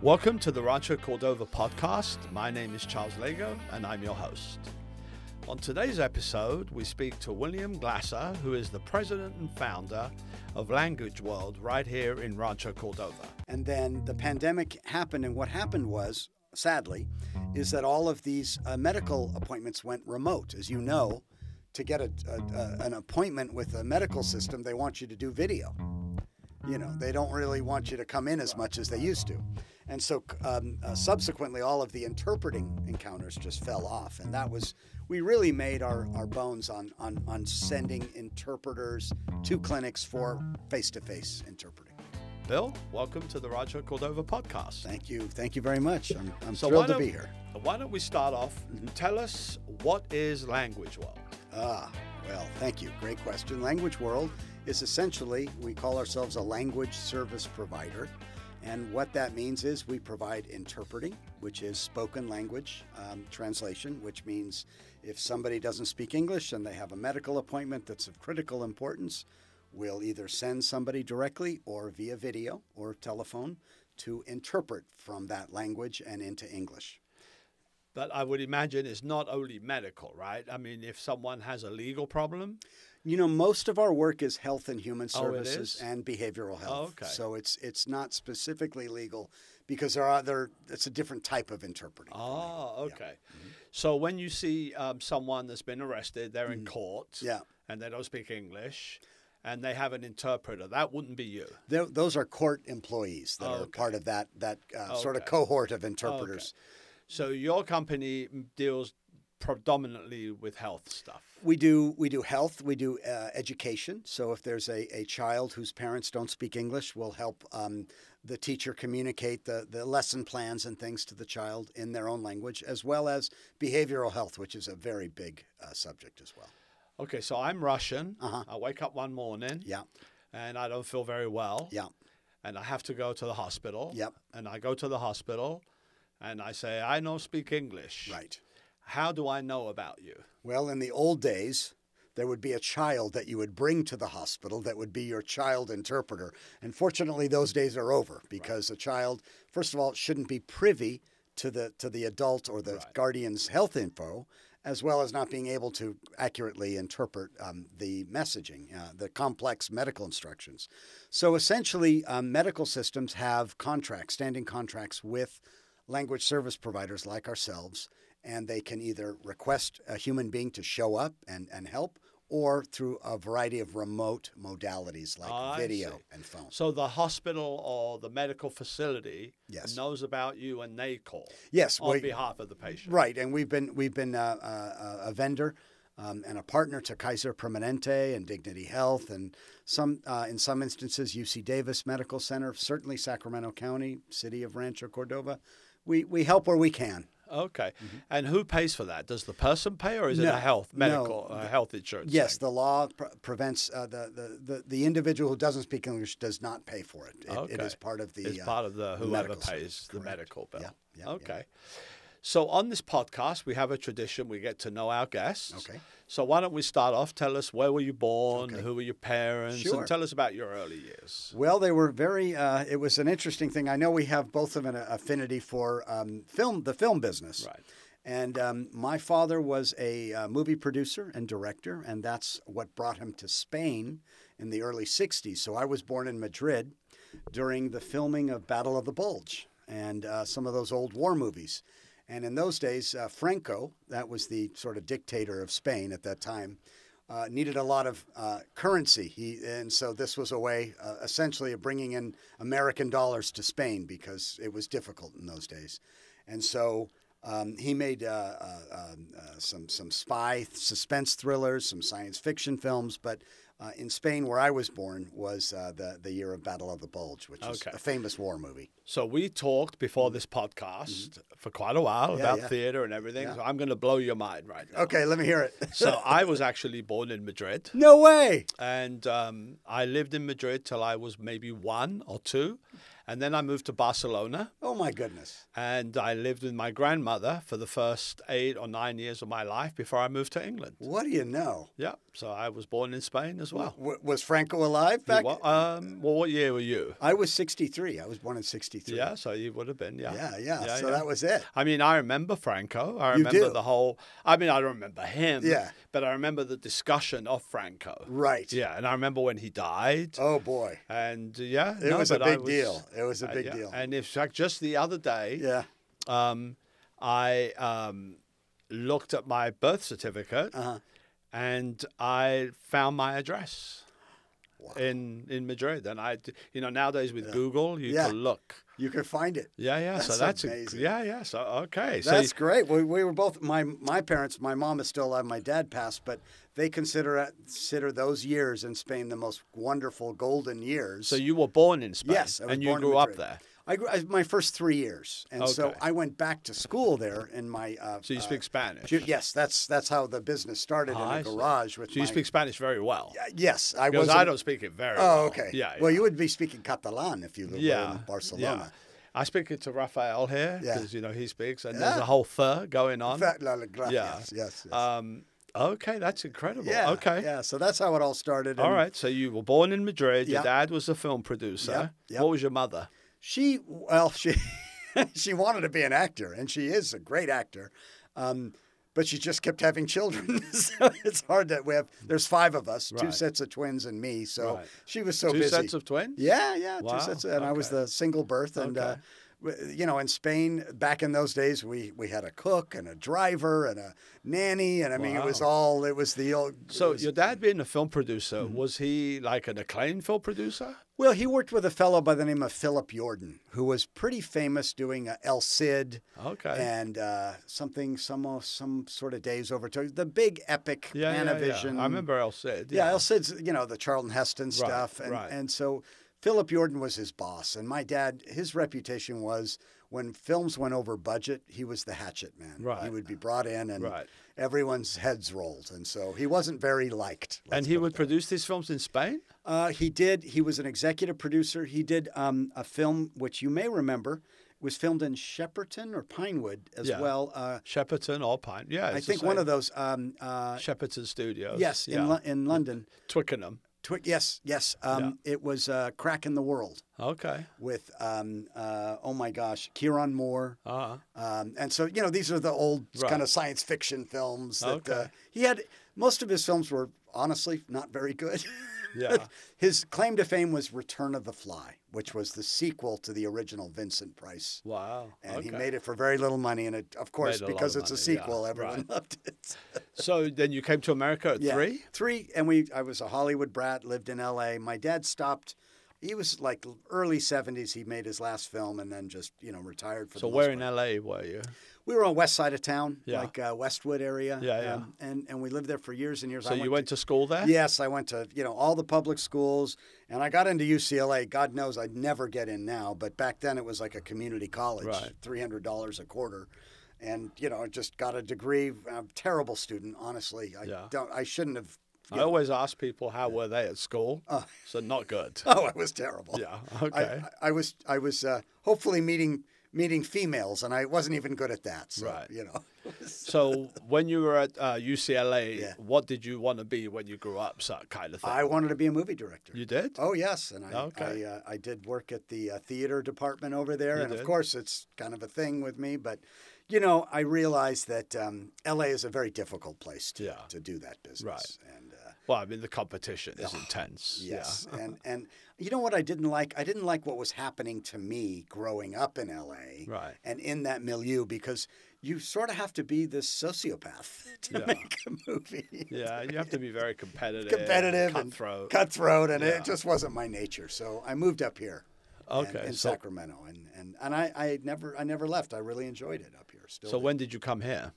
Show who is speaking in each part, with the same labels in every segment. Speaker 1: Welcome to the Rancho Cordova podcast. My name is Charles Lego and I'm your host. On today's episode, we speak to William Glasser, who is the president and founder of Language World right here in Rancho Cordova.
Speaker 2: And then the pandemic happened, and what happened was, sadly, is that all of these uh, medical appointments went remote. As you know, to get a, a, a, an appointment with a medical system, they want you to do video. You know, they don't really want you to come in as much as they used to. And so um, uh, subsequently, all of the interpreting encounters just fell off. And that was, we really made our, our bones on, on, on sending interpreters to clinics for face to face interpreting.
Speaker 1: Bill, welcome to the Rancho Cordova podcast.
Speaker 2: Thank you. Thank you very much. I'm, I'm thrilled to
Speaker 1: why
Speaker 2: be
Speaker 1: don't-
Speaker 2: here.
Speaker 1: Why don't we start off? Tell us what is Language World?
Speaker 2: Ah, well, thank you. Great question. Language World is essentially, we call ourselves a language service provider. And what that means is we provide interpreting, which is spoken language um, translation, which means if somebody doesn't speak English and they have a medical appointment that's of critical importance, we'll either send somebody directly or via video or telephone to interpret from that language and into English.
Speaker 1: But I would imagine it's not only medical, right? I mean, if someone has a legal problem,
Speaker 2: You know, most of our work is health and human
Speaker 1: Oh, it
Speaker 2: services
Speaker 1: is? Oh,
Speaker 2: and behavioral health.
Speaker 1: okay.
Speaker 2: So it's it's not specifically legal because there are there it's a different type of interpreting.
Speaker 1: ah, okay.
Speaker 2: Mm-hmm.
Speaker 1: So when you see um, someone that's been arrested, they're in court,
Speaker 2: Mm. Yeah.
Speaker 1: and they don't speak English, and they have an interpreter, that wouldn't be you.
Speaker 2: Tho- those are court employees that are
Speaker 1: Oh, Okay. Oh,
Speaker 2: part of that that uh, sort of
Speaker 1: Okay.
Speaker 2: cohort of interpreters.
Speaker 1: So your company deals predominantly with health stuff.
Speaker 2: We do we do health, we do uh, education. So if there's a, a child whose parents don't speak English, we'll help um, the teacher communicate the, the lesson plans and things to the child in their own language, as well as behavioral health, which is a very big uh, subject as well.
Speaker 1: Okay, so I'm Russian.
Speaker 2: Uh-huh.
Speaker 1: I wake up one morning,
Speaker 2: Yeah,
Speaker 1: and I don't feel very well.
Speaker 2: yeah.
Speaker 1: and I have to go to the hospital.
Speaker 2: Yep.
Speaker 1: And I go to the hospital and I say, I don't speak English.
Speaker 2: Right.
Speaker 1: How do I know about you?
Speaker 2: Well, in the old days, there would be a child that you would bring to the hospital that would be your child interpreter. And fortunately, those days are over because a child, first of all, shouldn't be privy to the to the adult or the guardian's health info, as well as not being able to accurately interpret um, the messaging, uh, the complex medical instructions. So essentially, um, medical systems have contracts, standing contracts with language service providers like ourselves, and they can either request a human being to show up and, and help or through a variety of remote modalities like
Speaker 1: Ah, I
Speaker 2: video
Speaker 1: see.
Speaker 2: and phone.
Speaker 1: So the hospital or the medical facility
Speaker 2: Yes.
Speaker 1: knows about you and they call
Speaker 2: Yes,
Speaker 1: on
Speaker 2: we-
Speaker 1: behalf of the patient.
Speaker 2: Right, and we've been we've been uh, uh, a vendor um, and a partner to Kaiser Permanente and Dignity Health, and some uh, in some instances UC Davis Medical Center, certainly Sacramento County, City of Rancho Cordova. We we help where we can.
Speaker 1: Okay. And who pays for that? Does the person pay or is it
Speaker 2: Mm-hmm. No,
Speaker 1: a health
Speaker 2: no.
Speaker 1: medical uh, health insurance?
Speaker 2: Yes,
Speaker 1: thing?
Speaker 2: the law pr- prevents uh, the, the, the the individual who doesn't speak English does not pay for it. It, it
Speaker 1: Okay.
Speaker 2: is part of the
Speaker 1: It's
Speaker 2: uh,
Speaker 1: part of the whoever
Speaker 2: medical service.
Speaker 1: pays the
Speaker 2: Correct.
Speaker 1: medical bill.
Speaker 2: Yeah, yeah, yeah.
Speaker 1: okay. So on this podcast, we have a tradition. We get to know our guests.
Speaker 2: Okay.
Speaker 1: So why don't we start off? Tell us where were you born? Who were your parents?
Speaker 2: Sure.
Speaker 1: And tell us about your early years.
Speaker 2: Well, they were very. Uh, it was an interesting thing. I know we have both of an affinity for um, film, the film business.
Speaker 1: Right.
Speaker 2: And um, my father was a uh, movie producer and director, and that's what brought him to Spain in the early '60s. So I was born in Madrid during the filming of Battle of the Bulge and uh, some of those old war movies. And in those days, uh, Franco, that was the sort of dictator of Spain at that time, uh, needed a lot of uh, currency. He, and so this was a way, uh, essentially, of bringing in American dollars to Spain because it was difficult in those days. And so um, he made uh, uh, um, uh, some some spy suspense thrillers, some science fiction films. But uh, in Spain, where I was born, was uh, the the year of Battle of the Bulge, which is
Speaker 1: Okay.
Speaker 2: a famous war movie.
Speaker 1: So we talked before this podcast for quite a while about
Speaker 2: Mm-hmm. yeah.
Speaker 1: theater and everything. So I'm going to blow your mind right now.
Speaker 2: Okay, let me hear it.
Speaker 1: so I was actually born in Madrid.
Speaker 2: no way.
Speaker 1: and um, I lived in Madrid till I was maybe one or two, And then I moved to Barcelona
Speaker 2: Oh my goodness.
Speaker 1: and I lived with my grandmother for the first eight or nine years of my life before I moved to England.
Speaker 2: What do you know?
Speaker 1: Yeah, so I was born in Spain as well.
Speaker 2: W- was Franco alive back?
Speaker 1: Well, um, well, what year were you?
Speaker 2: I was 63. I was born in 63.
Speaker 1: Yeah, so you would have been, yeah.
Speaker 2: Yeah, yeah.
Speaker 1: Yeah,
Speaker 2: so
Speaker 1: yeah.
Speaker 2: that was it.
Speaker 1: I mean, I remember Franco. I
Speaker 2: You
Speaker 1: remember
Speaker 2: do.
Speaker 1: the whole. I mean, I don't remember him.
Speaker 2: Yeah.
Speaker 1: But I remember the discussion of Franco.
Speaker 2: Right.
Speaker 1: Yeah, and I remember when he died.
Speaker 2: Oh boy.
Speaker 1: And uh, yeah,
Speaker 2: It
Speaker 1: no,
Speaker 2: was a
Speaker 1: but I
Speaker 2: big deal. It was a
Speaker 1: uh,
Speaker 2: big
Speaker 1: yeah,
Speaker 2: deal.
Speaker 1: And in fact, just the other day,
Speaker 2: yeah.
Speaker 1: um, I um, looked at my birth certificate
Speaker 2: Uh-huh.
Speaker 1: and I found my address
Speaker 2: Wow.
Speaker 1: in in Madrid. And I, d- you know, nowadays with Google, you
Speaker 2: Yeah.
Speaker 1: can look.
Speaker 2: You could find it.
Speaker 1: Yeah, yeah. so
Speaker 2: That's
Speaker 1: that's a-
Speaker 2: amazing.
Speaker 1: yeah, yeah. So okay, so
Speaker 2: That's great. We, we were both my my parents. My mom is still alive. My dad passed, but they consider consider those years in Spain the most wonderful golden years.
Speaker 1: So you were born in Spain.
Speaker 2: yes, I was
Speaker 1: and you
Speaker 2: born in
Speaker 1: grew up
Speaker 2: Madrid.
Speaker 1: there.
Speaker 2: I grew I, my first three years, and so
Speaker 1: Okay.
Speaker 2: I went back to school there in my. Uh,
Speaker 1: So you
Speaker 2: uh,
Speaker 1: speak Spanish.
Speaker 2: ju- yes, that's that's how the business started
Speaker 1: Ah, I
Speaker 2: in a
Speaker 1: see.
Speaker 2: garage with.
Speaker 1: so you
Speaker 2: my-
Speaker 1: speak Spanish very well.
Speaker 2: Uh, Yes, I
Speaker 1: because
Speaker 2: was.
Speaker 1: I
Speaker 2: in-
Speaker 1: don't speak it very well.
Speaker 2: Oh, okay.
Speaker 1: Yeah.
Speaker 2: Well,
Speaker 1: yeah.
Speaker 2: you would be speaking Catalan if you were
Speaker 1: yeah,
Speaker 2: in
Speaker 1: yeah.
Speaker 2: Barcelona.
Speaker 1: I speak it to Rafael here
Speaker 2: Yeah.
Speaker 1: because you know he speaks, and
Speaker 2: Yeah.
Speaker 1: there's a whole fur going on.
Speaker 2: Fa- la- la- gra-
Speaker 1: Yeah.
Speaker 2: Yes. Yes. yes.
Speaker 1: Um, okay, that's incredible.
Speaker 2: yeah.
Speaker 1: okay.
Speaker 2: Yeah. So that's how it all started.
Speaker 1: All
Speaker 2: and-
Speaker 1: right. So you were born in Madrid. Your
Speaker 2: Yep.
Speaker 1: dad was a film producer.
Speaker 2: Yep, yep.
Speaker 1: What was your mother?
Speaker 2: She well, she she wanted to be an actor, and she is a great actor, um, but she just kept having children, so it's hard that we have. There's five of us, two
Speaker 1: Right.
Speaker 2: sets of twins and me, so
Speaker 1: Right.
Speaker 2: she was so
Speaker 1: Two
Speaker 2: busy.
Speaker 1: sets of twins.
Speaker 2: yeah, yeah,
Speaker 1: Wow,
Speaker 2: two sets, and I was
Speaker 1: okay.
Speaker 2: the single birth, and.
Speaker 1: Okay.
Speaker 2: Uh, w- you know, in Spain, back in those days, we, we had a cook and a driver and a nanny, and I mean, it was all it was the old. it
Speaker 1: So
Speaker 2: was-
Speaker 1: your dad being a film producer,
Speaker 2: Mm-hmm.
Speaker 1: was he like an acclaimed film producer?
Speaker 2: Well, he worked with a fellow by the name of Philip Jordan, who was pretty famous doing uh, El Cid
Speaker 1: Okay.
Speaker 2: and uh, something, some of- some sort of days over to the big epic
Speaker 1: yeah, yeah,
Speaker 2: Panavision.
Speaker 1: yeah. I remember El Cid.
Speaker 2: Yeah, El Cid's you know the Charlton Heston stuff, and
Speaker 1: right.
Speaker 2: and so Philip Jordan was his boss, and my dad, his reputation was when films went over budget, he was the hatchet man. He
Speaker 1: Right.
Speaker 2: would be brought in, and
Speaker 1: Right.
Speaker 2: everyone's heads rolled, and so he wasn't very liked.
Speaker 1: and
Speaker 2: let's
Speaker 1: he
Speaker 2: put it
Speaker 1: would produce these films in Spain?
Speaker 2: uh, he did. He was an executive producer. He did um, a film which you may remember was filmed in Shepperton or Pinewood as
Speaker 1: Yeah.
Speaker 2: well. Uh,
Speaker 1: Shepperton or Pine. Yeah.
Speaker 2: I think one of those. Um, uh,
Speaker 1: Shepperton Studios.
Speaker 2: yes,
Speaker 1: Yeah.
Speaker 2: in, Lo- in London.
Speaker 1: Twickenham.
Speaker 2: Twi- yes, yes. Um, It was uh, Crack in the World
Speaker 1: Okay.
Speaker 2: with um, uh, oh my gosh, Kieran Moore.
Speaker 1: Uh-huh.
Speaker 2: Um, and so you know these are the old
Speaker 1: Right.
Speaker 2: kind of science fiction films that uh,
Speaker 1: Okay.
Speaker 2: he had. Most of his films were honestly not very good.
Speaker 1: Yeah.
Speaker 2: His claim to fame was Return of the Fly, which was the sequel to the original Vincent Price.
Speaker 1: Wow.
Speaker 2: And
Speaker 1: okay.
Speaker 2: he made it for very little money. And it, of course,
Speaker 1: Made a lot
Speaker 2: because
Speaker 1: of
Speaker 2: it's a
Speaker 1: money, yeah,
Speaker 2: sequel, everyone
Speaker 1: right.
Speaker 2: loved it.
Speaker 1: so then you came to America at
Speaker 2: Yeah.
Speaker 1: three?
Speaker 2: Three. And we, I was a Hollywood brat, lived in LA. My dad stopped. He was like early 70s. He made his last film and then just, you know, retired for
Speaker 1: So
Speaker 2: the most
Speaker 1: where
Speaker 2: part.
Speaker 1: in LA were you?
Speaker 2: We were on west side of town,
Speaker 1: Yeah.
Speaker 2: like uh, Westwood area.
Speaker 1: Yeah, yeah.
Speaker 2: um, and, and we lived there for years and years.
Speaker 1: So you went to school there?
Speaker 2: Yes, I went to you know all the public schools, and I got into UCLA. God knows I'd never get in now, but back then it was like a community college,
Speaker 1: Right.
Speaker 2: three hundred dollars a quarter, and you know I just got a degree. I'm a terrible student, honestly. I
Speaker 1: Yeah.
Speaker 2: don't. I shouldn't have.
Speaker 1: I always ask people how were they at school.
Speaker 2: Oh.
Speaker 1: So not good.
Speaker 2: Oh, I was terrible.
Speaker 1: yeah.
Speaker 2: I,
Speaker 1: Okay.
Speaker 2: I- I was I was uh, hopefully meeting meeting females, and I wasn't even good at that. So,
Speaker 1: Right.
Speaker 2: You know.
Speaker 1: so when you were at uh, UCLA,
Speaker 2: Yeah.
Speaker 1: what did you want to be when you grew up? So kind of thing.
Speaker 2: I wanted to be a movie director.
Speaker 1: you did.
Speaker 2: Oh yes, and I
Speaker 1: Okay.
Speaker 2: I, uh, I did work at the uh, theater department over there, and
Speaker 1: did?
Speaker 2: of course it's kind of a thing with me. But you know, I realized that um, L.A. is a very difficult place to
Speaker 1: Yeah.
Speaker 2: to do that business. And uh,
Speaker 1: Well, I mean, the competition is intense.
Speaker 2: Oh, yes, and and you know what I didn't like? I didn't like what was happening to me growing up in L.A.
Speaker 1: Yeah. Right.
Speaker 2: And in that milieu, because you sort of have to be this sociopath to
Speaker 1: Yeah.
Speaker 2: make a movie.
Speaker 1: Yeah, you have to be very competitive.
Speaker 2: Competitive and
Speaker 1: cutthroat.
Speaker 2: cutthroat, and
Speaker 1: Yeah.
Speaker 2: it just wasn't my nature. So I moved up here. and-
Speaker 1: okay.
Speaker 2: in
Speaker 1: so,
Speaker 2: Sacramento, and and and I, I never I never left. I really enjoyed it up here. Still,
Speaker 1: so
Speaker 2: do.
Speaker 1: when did you come here?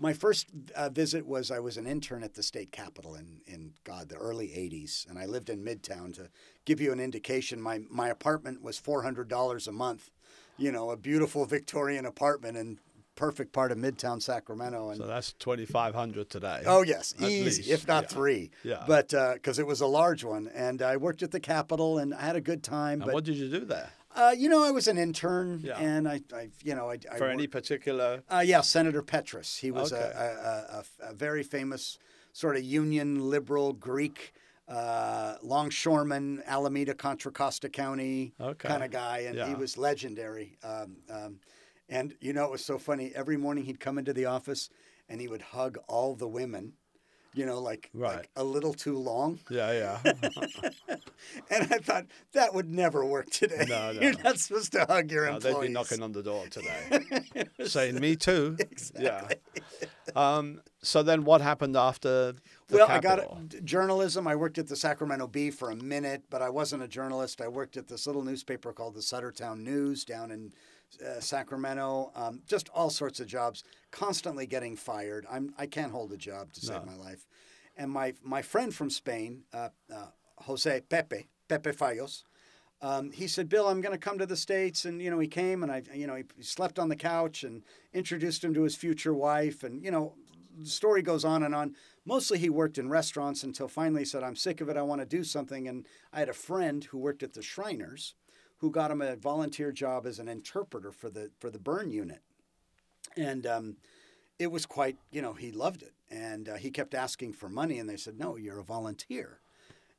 Speaker 2: my first uh, visit was I was an intern at the state capitol in in God the early '80s, and I lived in Midtown. To give you an indication, my my apartment was four hundred dollars a month. You know, a beautiful Victorian apartment in perfect part of Midtown Sacramento, and.
Speaker 1: So that's 2,500 today.
Speaker 2: Oh yes,
Speaker 1: At
Speaker 2: easy,
Speaker 1: least,
Speaker 2: if not
Speaker 1: yeah.
Speaker 2: three. uh,
Speaker 1: Yeah.
Speaker 2: But because it was a large one, and I worked at the Capitol, and I had a good time.
Speaker 1: And
Speaker 2: but
Speaker 1: what did you do there?
Speaker 2: Uh, you know, I was an intern,
Speaker 1: Yeah.
Speaker 2: and I, I, you know, I, I
Speaker 1: For
Speaker 2: worked-
Speaker 1: any particular.
Speaker 2: Uh, yeah, Senator Petrus. He was a-
Speaker 1: Okay.
Speaker 2: a, a, a, a very famous sort of union liberal Greek uh, longshoreman, Alameda, Contra Costa County
Speaker 1: Okay.
Speaker 2: kind of guy, and he
Speaker 1: Yeah.
Speaker 2: was legendary. Um, um, and you know, it was so funny. Every morning he'd come into the office and he would hug all the women. You know, like,
Speaker 1: Right.
Speaker 2: like a little too long,
Speaker 1: Yeah, yeah.
Speaker 2: and I thought that would never work today.
Speaker 1: No,
Speaker 2: You're
Speaker 1: no.
Speaker 2: not supposed to hug your
Speaker 1: No,
Speaker 2: employees.
Speaker 1: they'd be knocking on the door today, saying "Me too." Yeah. Um, so then, what happened after? The
Speaker 2: well, I
Speaker 1: Capitol?
Speaker 2: got d- journalism. I worked at the Sacramento Bee for a minute, but I wasn't a journalist. I worked at this little newspaper called the Suttertown News down in uh, Sacramento. Um, just all sorts of jobs, constantly getting fired. I'm I can't hold a job to save my life. And my my friend from Spain, uh, uh, Jose Pepe Pepe Fallos, um, he said, "Bill, I'm going to come to the states," and you know he came, and I, you know, he slept on the couch and introduced him to his future wife, and you know, the story goes on and on. Mostly, he worked in restaurants until finally he said, "I'm sick of it. I want to do something." And I had a friend who worked at the Shriners, who got him a volunteer job as an interpreter for the for the burn unit, and um, it was quite, you know, he loved it, and uh, he kept asking for money, and they said, "No, you're a volunteer."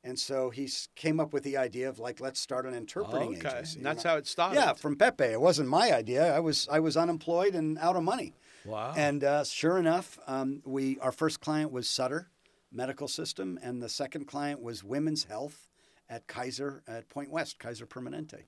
Speaker 2: And so he s- came up with the idea of like, let's start an interpreting
Speaker 1: okay,
Speaker 2: agency.
Speaker 1: and that's
Speaker 2: And I-
Speaker 1: how it started.
Speaker 2: yeah, from Pepe. It wasn't my idea. I was I was unemployed and out of money.
Speaker 1: Wow.
Speaker 2: And uh, sure enough, um, we our first client was Sutter Medical System, and the second client was Women's Health at Kaiser at Point West Kaiser Permanente,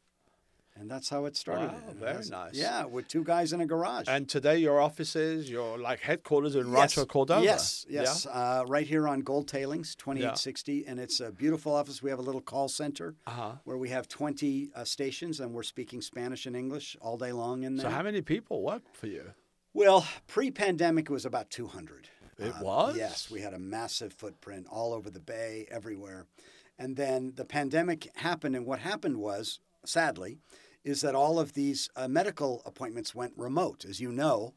Speaker 2: and that's how it started.
Speaker 1: Wow,
Speaker 2: And
Speaker 1: very
Speaker 2: that's-
Speaker 1: nice.
Speaker 2: Yeah, with two guys in a garage.
Speaker 1: And today, your offices, your like headquarters in
Speaker 2: Yes,
Speaker 1: Rancho Cordova.
Speaker 2: Yes,
Speaker 1: Yeah?
Speaker 2: yes, uh, right here on Gold Tailings, 2860, and it's a beautiful office. We have a little call center
Speaker 1: Uh-huh.
Speaker 2: where we have 20 uh, stations, and we're speaking Spanish and English all day long in there.
Speaker 1: So, how many people work for you?
Speaker 2: Well, pre-pandemic, it was about 200.
Speaker 1: It was?
Speaker 2: Yes, we had a massive footprint all over the bay, everywhere. And then the pandemic happened, and what happened was, sadly, is that all of these uh, medical appointments went remote. As you know,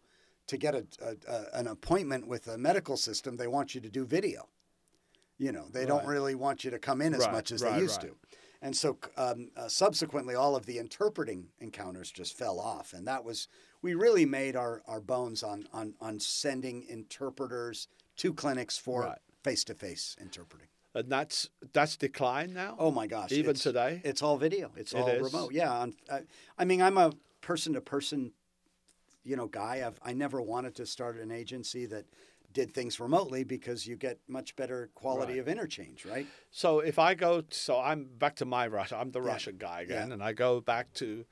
Speaker 2: to get a, a, a, an appointment with a medical system, they want you to do video. You know, they don't
Speaker 1: Right.
Speaker 2: really want you to come in as
Speaker 1: Right,
Speaker 2: much as
Speaker 1: right,
Speaker 2: they used
Speaker 1: right.
Speaker 2: to. And so um, uh, subsequently, all of the interpreting encounters just fell off. And that was, we really made our, our bones on, on, on sending interpreters to clinics for
Speaker 1: Right.
Speaker 2: face to face interpreting.
Speaker 1: And that's that's declined now.
Speaker 2: Oh my gosh.
Speaker 1: even
Speaker 2: it's-
Speaker 1: today.
Speaker 2: It's all video, it's
Speaker 1: It
Speaker 2: all
Speaker 1: is?
Speaker 2: remote. Yeah. On, I, I mean, I'm a person to person, you know, guy. I've, I never wanted to start an agency that did things remotely because you get much better quality
Speaker 1: Right.
Speaker 2: of interchange, right?
Speaker 1: So if I go, so I'm back to my Russia. I'm the Russian guy again,
Speaker 2: Yeah.
Speaker 1: and I go back to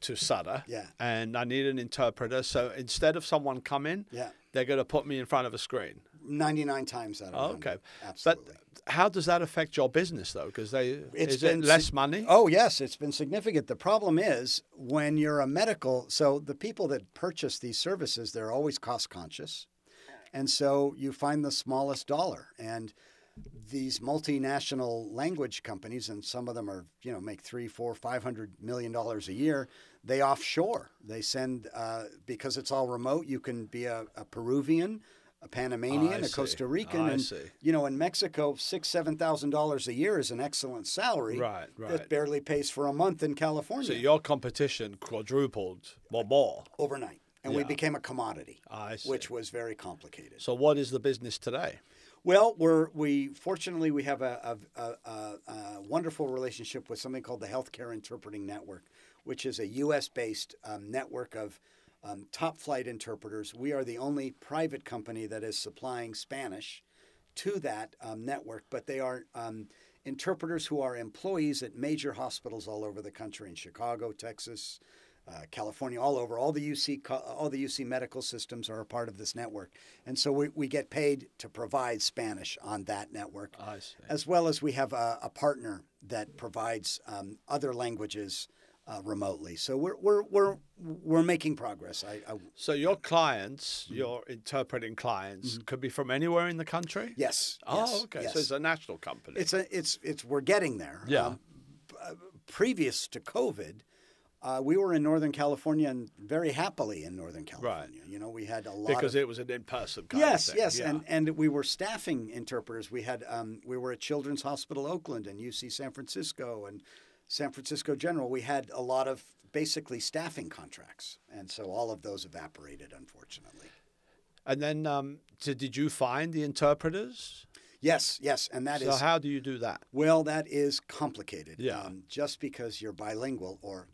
Speaker 1: to Sutter.
Speaker 2: Yeah.
Speaker 1: And I need an interpreter. So instead of someone coming,
Speaker 2: Yeah.
Speaker 1: they're going to put me in front of a screen.
Speaker 2: 99 times out of 100.
Speaker 1: Oh, Okay.
Speaker 2: Absolutely.
Speaker 1: But how does that affect your business though? Because they
Speaker 2: It's
Speaker 1: is it
Speaker 2: been
Speaker 1: less
Speaker 2: sig-
Speaker 1: money?
Speaker 2: Oh yes, it's been significant. The problem is when you're a medical, so the people that purchase these services, they're always cost conscious, and so you find the smallest dollar. And these multinational language companies, and some of them are, you know, make three, four, five hundred million dollars a year. They offshore. They send uh, because it's all remote. You can be a, a Peruvian, a Panamanian,
Speaker 1: I
Speaker 2: a
Speaker 1: see.
Speaker 2: Costa Rican,
Speaker 1: I
Speaker 2: and
Speaker 1: see.
Speaker 2: you know, in Mexico, six, seven thousand dollars a year is an excellent salary.
Speaker 1: Right, right.
Speaker 2: That barely pays for a month in California
Speaker 1: So your competition quadrupled or more.
Speaker 2: overnight, and we
Speaker 1: Yeah. Ah,
Speaker 2: became a commodity,
Speaker 1: I see.
Speaker 2: which was very complicated.
Speaker 1: so what is the business today?
Speaker 2: Well, we're we fortunately we have a, a, a, a, a wonderful relationship with something called the Healthcare Interpreting Network, which is a U.S. based um, network of um, top flight interpreters. We are the only private company that is supplying Spanish to that um, network, but they are um, interpreters who are employees at major hospitals all over the country in Chicago, Texas, uh, California, all over. All the UC co- all the UC medical systems are a part of this network, and so we, we get paid to provide Spanish on that network,
Speaker 1: I see.
Speaker 2: as well as we have a, a partner that provides um, other languages. Uh, remotely, so we're we're we're we're making progress. I, I
Speaker 1: So your clients,
Speaker 2: Mm-hmm.
Speaker 1: your interpreting clients, could be from anywhere in the country.
Speaker 2: yes. Mm-hmm. yes,
Speaker 1: Oh, okay.
Speaker 2: yes.
Speaker 1: So it's a national company.
Speaker 2: It's a, it's, it's, we're getting there.
Speaker 1: Yeah.
Speaker 2: b- uh, previous to COVID, uh, we were in Northern California and very happily in Northern California. You know, we had a lot
Speaker 1: because
Speaker 2: of.
Speaker 1: it was an in-person kind
Speaker 2: Yes,
Speaker 1: of thing.
Speaker 2: yes,
Speaker 1: yeah.
Speaker 2: and and we were staffing interpreters. We had um, we were at Children's Hospital Oakland and UC San Francisco and San Francisco General, we had a lot of basically staffing contracts, and so all of those evaporated, unfortunately.
Speaker 1: And then, um, so did you find the interpreters?
Speaker 2: Yes, yes, and that is
Speaker 1: so how do you do that?
Speaker 2: well, that is complicated. um,
Speaker 1: Yeah.
Speaker 2: just because you're bilingual or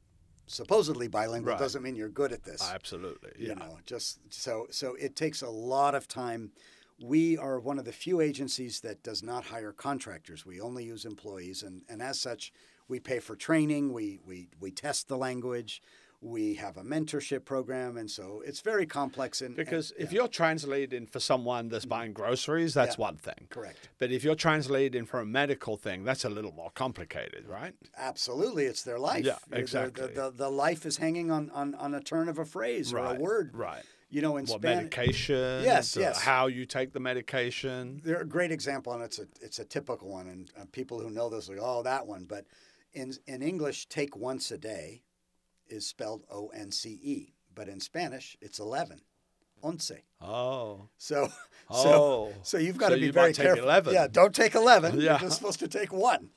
Speaker 2: supposedly bilingual
Speaker 1: Right.
Speaker 2: doesn't mean you're good at this.
Speaker 1: Absolutely.
Speaker 2: you
Speaker 1: Yeah.
Speaker 2: know just so so it takes a lot of time we are one of the few agencies that does not hire contractors we only use employees and, and as such we pay for training we, we we test the language we have a mentorship program and so it's very complex and and-
Speaker 1: Because if
Speaker 2: yeah, Mm-hmm.
Speaker 1: you're translating for someone that's buying groceries, that's
Speaker 2: Yeah.
Speaker 1: one thing.
Speaker 2: correct
Speaker 1: But if you're translating for a medical thing, that's a little more complicated, right?
Speaker 2: absolutely it's their life
Speaker 1: Yeah,
Speaker 2: The- the-
Speaker 1: exactly.
Speaker 2: the, the, life is hanging on, on on a turn of a phrase or
Speaker 1: right.
Speaker 2: a word
Speaker 1: Right.
Speaker 2: you know in
Speaker 1: What
Speaker 2: Spanish.
Speaker 1: medication?
Speaker 2: Yes,
Speaker 1: uh,
Speaker 2: yes.
Speaker 1: How you take the medication?
Speaker 2: they're a great example, and it's a it's a typical one, and uh, people who know this like, oh, that one. But in in English, take once a day is spelled O N C E, but in Spanish, it's eleven, once.
Speaker 1: Oh.
Speaker 2: So,
Speaker 1: Oh.
Speaker 2: so, so you've got
Speaker 1: So
Speaker 2: to be
Speaker 1: you
Speaker 2: very
Speaker 1: might take
Speaker 2: careful.
Speaker 1: 11.
Speaker 2: Yeah, don't take eleven.
Speaker 1: Yeah.
Speaker 2: You're just supposed to take one.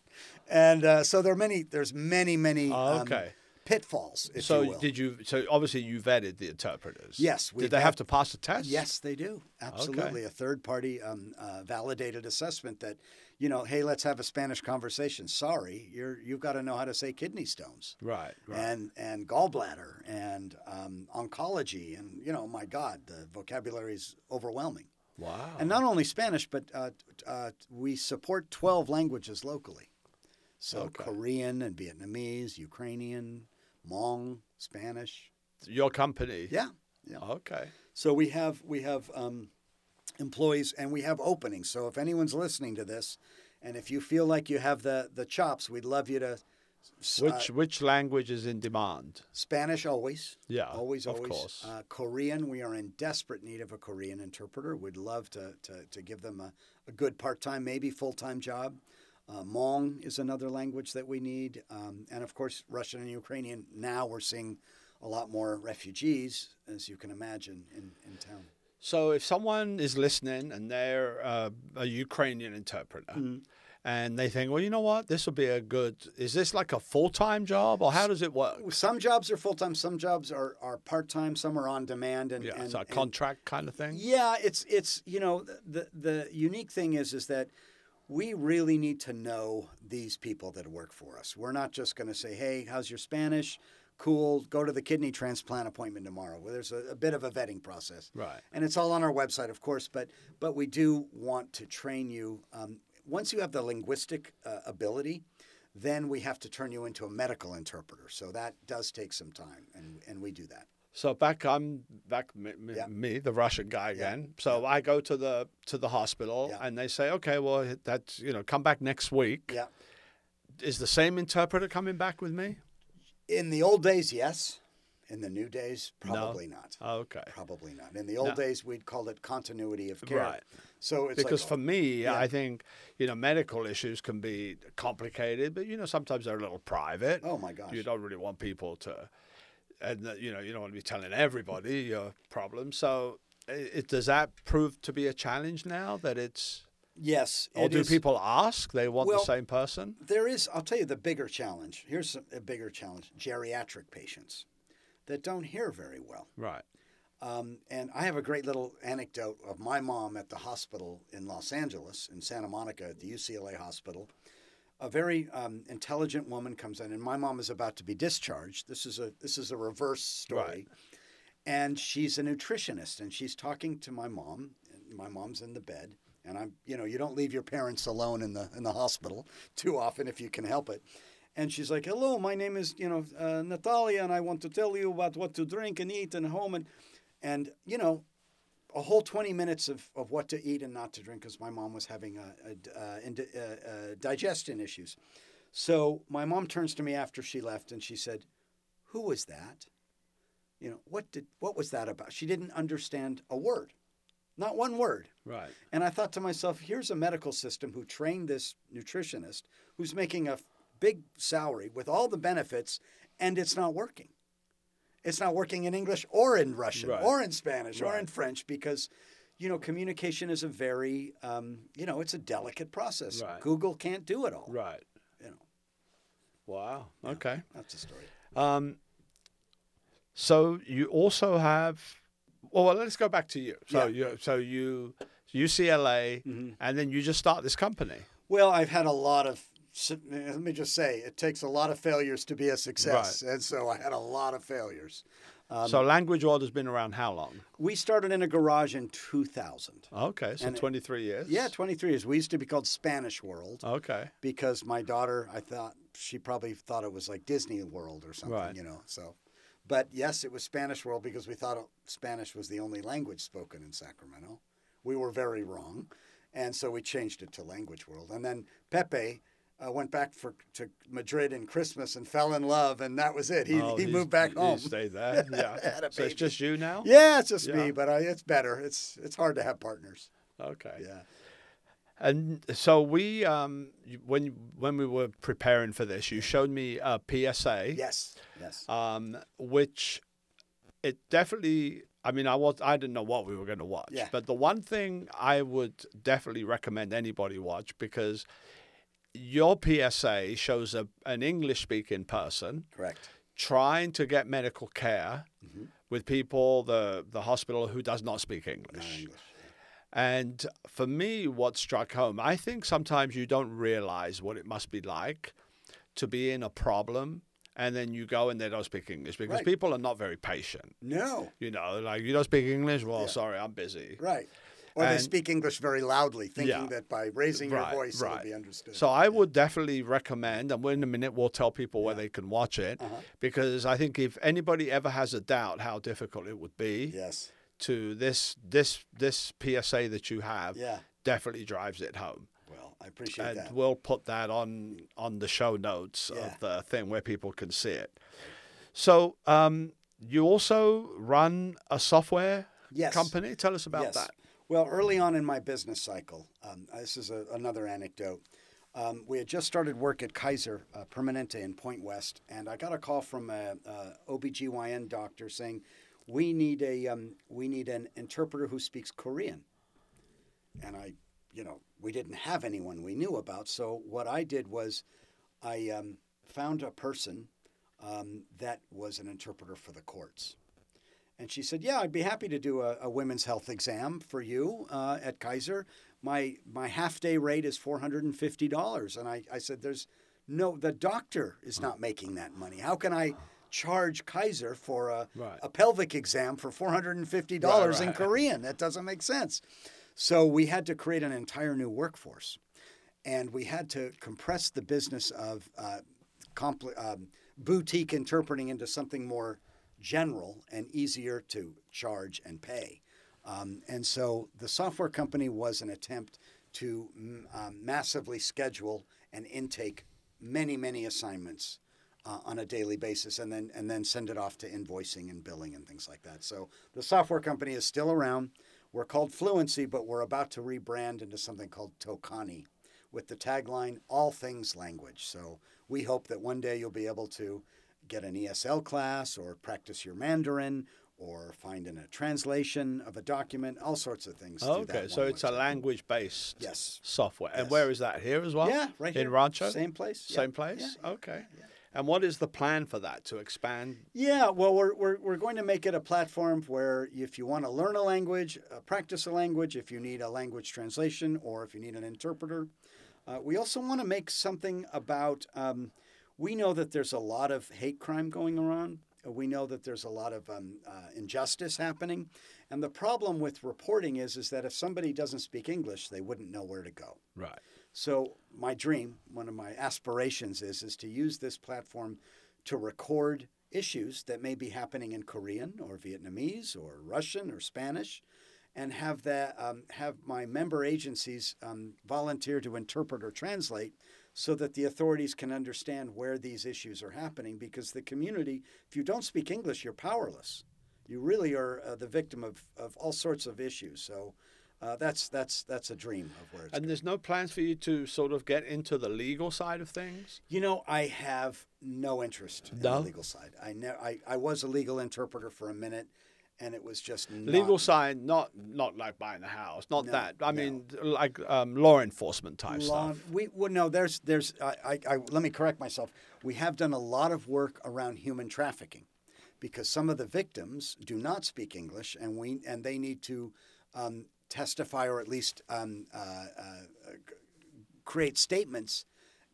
Speaker 2: And uh, so there are many. There's many, many
Speaker 1: Oh,
Speaker 2: um,
Speaker 1: okay.
Speaker 2: pitfalls, if
Speaker 1: so
Speaker 2: you will.
Speaker 1: did you? So obviously you vetted the interpreters.
Speaker 2: Yes, we
Speaker 1: Did they
Speaker 2: vet-
Speaker 1: have to pass a test?
Speaker 2: Yes, they do. Absolutely. A third party um, uh, validated assessment that, you know, hey, let's have a Spanish conversation. Sorry, you're, you've got to know how to say kidney stones
Speaker 1: Right. Right.
Speaker 2: and, and gallbladder and um, oncology. And, you know, my God, the vocabulary is overwhelming.
Speaker 1: wow.
Speaker 2: And not only Spanish, but uh, t- uh, we support 12 languages locally. So
Speaker 1: Okay.
Speaker 2: Korean and Vietnamese, Ukrainian, Hmong, Spanish.
Speaker 1: Your company.
Speaker 2: Yeah. Yeah.
Speaker 1: Okay.
Speaker 2: So we have we have um, employees and we have openings. So if anyone's listening to this, and if you feel like you have the the chops, we'd love you to. s- uh,
Speaker 1: Which which language is in demand?
Speaker 2: Spanish always.
Speaker 1: Yeah,
Speaker 2: always,
Speaker 1: of
Speaker 2: always.
Speaker 1: course.
Speaker 2: Uh, Korean, we are in desperate need of a Korean interpreter. We'd love to to, to give them a, a good part time, maybe full time job. Uh, Hmong is another language that we need, um, and of course, Russian and Ukrainian. Now we're seeing a lot more refugees, as you can imagine, in, in town.
Speaker 1: So if someone is listening and they're uh, a Ukrainian interpreter.
Speaker 2: Mm.
Speaker 1: And they think, well, you know what? This would be a good. Is this like a full time job, or how does it work?
Speaker 2: Some jobs are full time, some jobs are, are part time, some are on demand, and
Speaker 1: Yeah,
Speaker 2: and,
Speaker 1: it's like a
Speaker 2: and-
Speaker 1: contract kind of thing.
Speaker 2: yeah, it's it's you know th- the the unique thing is is that we really need to know these people that work for us. We're not just going to say, hey, how's your Spanish? Cool, go to the kidney transplant appointment tomorrow. Well, there's a, a bit of a vetting process,
Speaker 1: Right.
Speaker 2: And it's all on our website, of course. But but we do want to train you. Um, once you have the linguistic uh, ability, then we have to turn you into a medical interpreter. So that does take some time, and and we do that.
Speaker 1: So back, I'm back me, me,
Speaker 2: Yeah.
Speaker 1: me, the Russian guy again. So I go to the to the hospital,
Speaker 2: Yeah.
Speaker 1: and they say, okay, well, that's you know, come back next week.
Speaker 2: Yeah.
Speaker 1: Is the same interpreter coming back with me?
Speaker 2: In the old days, yes. In the new days, probably not.
Speaker 1: Okay,
Speaker 2: Probably not. In the old days, we'd call it continuity of care.
Speaker 1: Right.
Speaker 2: So it's
Speaker 1: because
Speaker 2: like,
Speaker 1: for me,
Speaker 2: yeah.
Speaker 1: I think you know, medical issues can be complicated, but you know, sometimes they're a little private.
Speaker 2: oh my gosh,
Speaker 1: You don't really want people to, and that, you know, you don't want to be telling everybody your problems. So, i it, does that prove to be a challenge now that it's?
Speaker 2: yes.
Speaker 1: Or
Speaker 2: it
Speaker 1: do
Speaker 2: is-
Speaker 1: people ask they want the
Speaker 2: Well,
Speaker 1: same person?
Speaker 2: There is. I'll tell you the bigger challenge. Here's a- a bigger challenge: geriatric patients that don't hear very well.
Speaker 1: Right.
Speaker 2: Um, and I have a great little anecdote of my mom at the hospital in Los Angeles, in Santa Monica, at the UCLA hospital. A very um, intelligent woman comes in, and my mom is about to be discharged. This is a this is a reverse story,
Speaker 1: Right.
Speaker 2: and she's a nutritionist, and she's talking to my mom. And my mom's in the bed, and I'm you know you don't leave your parents alone in the in the hospital too often if you can help it. And she's like, "Hello, my name is you know uh, Natalia, and I want to tell you about what to drink and eat and home and." and you know a whole 20 minutes of, of what to eat and not to drink because my mom was having uh uh d- uh, ind- uh, uh, digestion issues so my mom turns to me after she left and she said who was that you know what did what was that about she didn't understand a word not one word
Speaker 1: Right.
Speaker 2: and I thought to myself, here's a medical system who trained this nutritionist who's making a f- big salary with all the benefits, and it's not working. It's not working in English or in Russian
Speaker 1: Right.
Speaker 2: or in Spanish or in
Speaker 1: Right.
Speaker 2: French because, you know, communication is a very, um, you know, it's a delicate process.
Speaker 1: Right.
Speaker 2: Google can't do it all.
Speaker 1: Right.
Speaker 2: You know,
Speaker 1: Wow. Okay.
Speaker 2: That's a story.
Speaker 1: Um, so you also have. Well, well, let's go back to you. So you, so you, UCLA, and then you just start this company.
Speaker 2: Well, I've had a lot of. s- eh, Let me just say, it takes a lot of failures to be a success, and so I had a lot of failures.
Speaker 1: so language order has been around how long?
Speaker 2: We started in a garage in 2000.
Speaker 1: Okay, so 23 years.
Speaker 2: Yeah, 23 years. We used to be called Spanish World
Speaker 1: Okay.
Speaker 2: because my daughter, I thought she probably thought it was like Disney World or something,
Speaker 1: Right.
Speaker 2: you know. So, but yes, it was Spanish World because we thought Spanish was the only language spoken in Sacramento. We were very wrong, and so we changed it to Language World. And then Pepe uh, went back for to Madrid in Christmas and fell in love, and that was it. He,
Speaker 1: Oh,
Speaker 2: he
Speaker 1: you-
Speaker 2: moved back
Speaker 1: you
Speaker 2: home.
Speaker 1: stayed there.
Speaker 2: Had
Speaker 1: Yeah.
Speaker 2: a
Speaker 1: so it's
Speaker 2: baby.
Speaker 1: just you now.
Speaker 2: Yeah, it's just
Speaker 1: Yeah.
Speaker 2: me, but I, it's better. It's it's hard to have partners.
Speaker 1: Okay.
Speaker 2: Yeah.
Speaker 1: And so we, um, you- when when we were preparing for this, you showed me a PSA,
Speaker 2: Yes. Yes.
Speaker 1: um, which it definitely. I mean, I was I didn't know what we were going to watch,
Speaker 2: Yeah.
Speaker 1: but the one thing I would definitely recommend anybody watch because your PSA shows a, an English speaking person
Speaker 2: Correct.
Speaker 1: trying to get medical care with people the the hospital who does not speak
Speaker 2: Not
Speaker 1: English.
Speaker 2: English.
Speaker 1: And for me, what struck home, I think sometimes you don't realize what it must be like to be in a problem and then you go and they don't speak English because
Speaker 2: Right.
Speaker 1: people are not very patient.
Speaker 2: No.
Speaker 1: You know, like you don't speak English, well, sorry, I'm busy.
Speaker 2: Right. Or they
Speaker 1: And-
Speaker 2: speak English very loudly, thinking
Speaker 1: Yeah.
Speaker 2: that by raising
Speaker 1: Right,
Speaker 2: your voice
Speaker 1: right.
Speaker 2: it'll be understood.
Speaker 1: So I would definitely recommend, and in a minute we'll tell people where they can watch it, because I think if anybody ever has a doubt how difficult it would be
Speaker 2: yes.
Speaker 1: to this this this PSA that you have,
Speaker 2: Yeah.
Speaker 1: definitely drives it home.
Speaker 2: Well, I appreciate
Speaker 1: and
Speaker 2: that.
Speaker 1: we'll put that on on the show notes
Speaker 2: Yeah.
Speaker 1: of the thing where people can see it. So um, you also run a software
Speaker 2: Yes.
Speaker 1: company. Tell us about
Speaker 2: yes.
Speaker 1: that.
Speaker 2: Well, early on in my business cycle, um, this is a, another anecdote. Um, we had just started work at Kaiser uh, Permanente in Point West, and I got a call from a, a OBGYN doctor saying, "We need a um, we need an interpreter who speaks Korean." and I, you know, we didn't have anyone we knew about. So what I did was, I um, found a person um, that was an interpreter for the courts, and she said, "Yeah, I'd be happy to do a, a women's health exam for you uh, at Kaiser. My my half day rate is four hundred and fifty dollars." And I, I said, "There's no, the doctor
Speaker 1: Hmm.
Speaker 2: is not making that money. How can I?" Charge Kaiser for a,
Speaker 1: Right.
Speaker 2: a pelvic exam for four hundred and fifty
Speaker 1: Right,
Speaker 2: dollars in
Speaker 1: right.
Speaker 2: Korean. That doesn't make sense. So we had to create an entire new workforce, and we had to compress the business of uh, compli um, boutique interpreting into something more general and easier to charge and pay. Um, and so the software company was an attempt to mm, um, massively schedule and intake many, many assignments uh, on a daily basis, and then and then send it off to invoicing and billing and things like that. So the software company is still around. We're called Fluency, but we're about to rebrand into something called Tokani, with the tagline "All Things Language." So we hope that one day you'll be able to get an ESL class or practice your Mandarin or find in a translation of a document, all sorts of things. through
Speaker 1: Okay,
Speaker 2: that
Speaker 1: so
Speaker 2: one
Speaker 1: it's a
Speaker 2: website.
Speaker 1: language based
Speaker 2: Yes.
Speaker 1: software. And
Speaker 2: Yes.
Speaker 1: where is that? Here as well?
Speaker 2: Yeah, right
Speaker 1: in
Speaker 2: here.
Speaker 1: Rancho.
Speaker 2: Same place. Yeah.
Speaker 1: Same place. Okay. And what is the plan for that to expand?
Speaker 2: Yeah, well, we're, we're, we're going to make it a platform where if you want to learn a language, uh, practice a language, if you need a language translation, or if you need an interpreter. Uh, we also want to make something about, um, we know that there's a lot of hate crime going around. Uh, We know that there's a lot of um, uh, injustice happening. And the problem with reporting is, is that if somebody doesn't speak English, they wouldn't know where to go.
Speaker 1: Right.
Speaker 2: So my dream, one of my aspirations is is to use this platform to record issues that may be happening in Korean or Vietnamese or Russian or Spanish, and have that um, have my member agencies um, volunteer to interpret or translate so that the authorities can understand where these issues are happening because the community if you don't speak english you're powerless you really are uh, the victim of, of all sorts of issues so uh, that's that's that's a dream of where it's
Speaker 1: And there's no plans for you to sort of get into the legal side of things?
Speaker 2: You know, I have no interest in
Speaker 1: No?
Speaker 2: the legal side. I, ne- I I was a legal interpreter for a minute, and it was just not,
Speaker 1: Legal sign, not not like buying a house, not
Speaker 2: No,
Speaker 1: that. I
Speaker 2: no.
Speaker 1: mean, like um, law enforcement type
Speaker 2: Law-
Speaker 1: stuff.
Speaker 2: We well, no, there's there's I, I, I let me correct myself. We have done a lot of work around human trafficking, because some of the victims do not speak English, and we and they need to um, testify or at least um, uh, uh, uh, create statements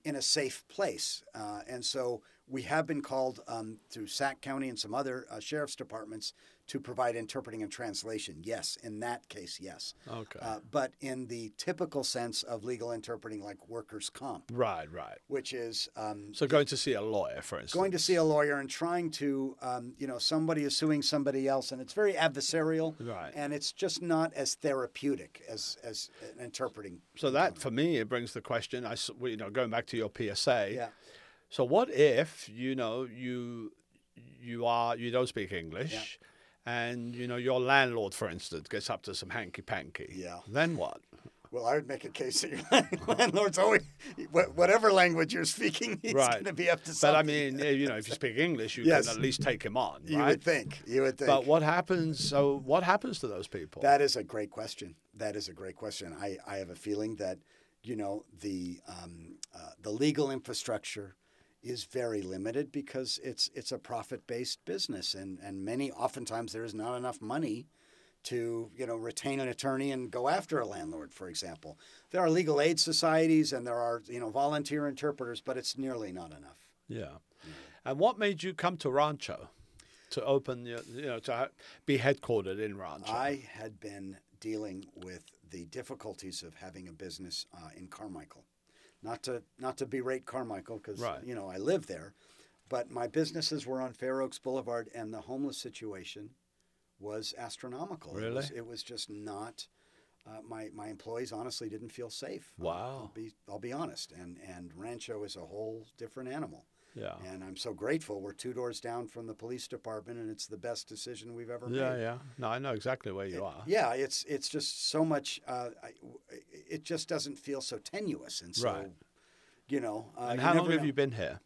Speaker 2: in a safe place. Uh, and so we have been called um, through Sac County and some other uh, sheriff's departments to provide interpreting and translation. Yes, in that case, yes.
Speaker 1: Okay.
Speaker 2: Uh, but in the typical sense of legal interpreting, like workers' comp,
Speaker 1: right, right.
Speaker 2: which is um,
Speaker 1: So going to see a lawyer, for instance.
Speaker 2: going to see a lawyer and trying to, um, you know, somebody is suing somebody else, and it's very adversarial,
Speaker 1: Right.
Speaker 2: and it's just not as therapeutic as as an interpreting.
Speaker 1: So
Speaker 2: Mm.
Speaker 1: that for me, it brings the question. I, s- well, you know, going back to your PSA.
Speaker 2: Yeah.
Speaker 1: So what if you know you you are you don't speak English, and you know your landlord, for instance, gets up to some hanky panky.
Speaker 2: Yeah.
Speaker 1: Then what?
Speaker 2: Well, I would make a case that your landlord's always, wha- whatever language you're speaking, he's
Speaker 1: Right.
Speaker 2: going to be up to something.
Speaker 1: But I mean, eh, you know, if you speak English, you
Speaker 2: Yes.
Speaker 1: can at least take him on,
Speaker 2: you
Speaker 1: right?
Speaker 2: would think. You would think.
Speaker 1: But what happens? So what happens to those people?
Speaker 2: That is a great question. That is a great question. I, I have a feeling that, you know, the um, uh, the legal infrastructure is very limited because it's it's a profit based business, and and many oftentimes there is not enough money to you know retain an attorney and go after a landlord, for example. There are legal aid societies and there are you know volunteer interpreters, but it's nearly not enough.
Speaker 1: yeah. And what made you come to Rancho to open your, you know, to ha- be headquartered in Rancho?
Speaker 2: I had been dealing with the difficulties of having a business uh, in Carmichael. Not to not to berate Carmichael because
Speaker 1: Right.
Speaker 2: you know I live there, but my businesses were on Fair Oaks Boulevard, and the homeless situation was astronomical. It was,
Speaker 1: Really?
Speaker 2: it was just not. Uh, my my employees honestly didn't feel safe. I'll
Speaker 1: wow.
Speaker 2: be I'll be honest, and and Rancho is a whole different animal.
Speaker 1: Yeah.
Speaker 2: And I'm so grateful we're two doors down from the police department, and it's the best decision we've ever made.
Speaker 1: Yeah, yeah. No, I know exactly where you are.
Speaker 2: Yeah, it's it's just so much. Uh, I, it just doesn't feel so tenuous, and so
Speaker 1: Right.
Speaker 2: you know. Uh,
Speaker 1: and how long
Speaker 2: never
Speaker 1: have
Speaker 2: know.
Speaker 1: you been here?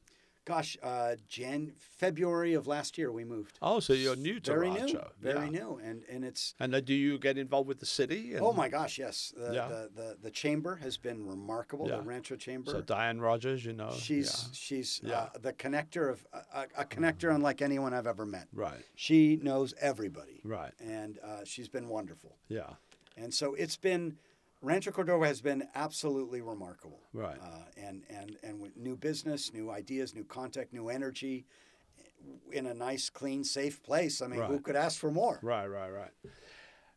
Speaker 2: Gosh, uh, Jan February of last year we moved.
Speaker 1: Oh, so you're new to
Speaker 2: very
Speaker 1: Rancho.
Speaker 2: new, very
Speaker 1: yeah.
Speaker 2: new, and and it's.
Speaker 1: And uh, do you get involved with the city? And
Speaker 2: Oh my gosh, yes. The,
Speaker 1: Yeah.
Speaker 2: the, the the chamber has been remarkable.
Speaker 1: Yeah.
Speaker 2: The Rancho Chamber.
Speaker 1: So Diane Rogers, you know.
Speaker 2: she's she's
Speaker 1: Yeah.
Speaker 2: uh, the connector of a, a- a connector unlike anyone I've ever met.
Speaker 1: yeah. right,
Speaker 2: She knows everybody,
Speaker 1: right.
Speaker 2: and uh, she's been wonderful.
Speaker 1: Yeah,
Speaker 2: And so it's been, Rancho Cordova has been absolutely remarkable.
Speaker 1: Right.
Speaker 2: Uh, and and and with new business, new ideas, new contact, new energy, in a nice, clean, safe place. I mean, who
Speaker 1: Right.
Speaker 2: could ask for more?
Speaker 1: right, right, right.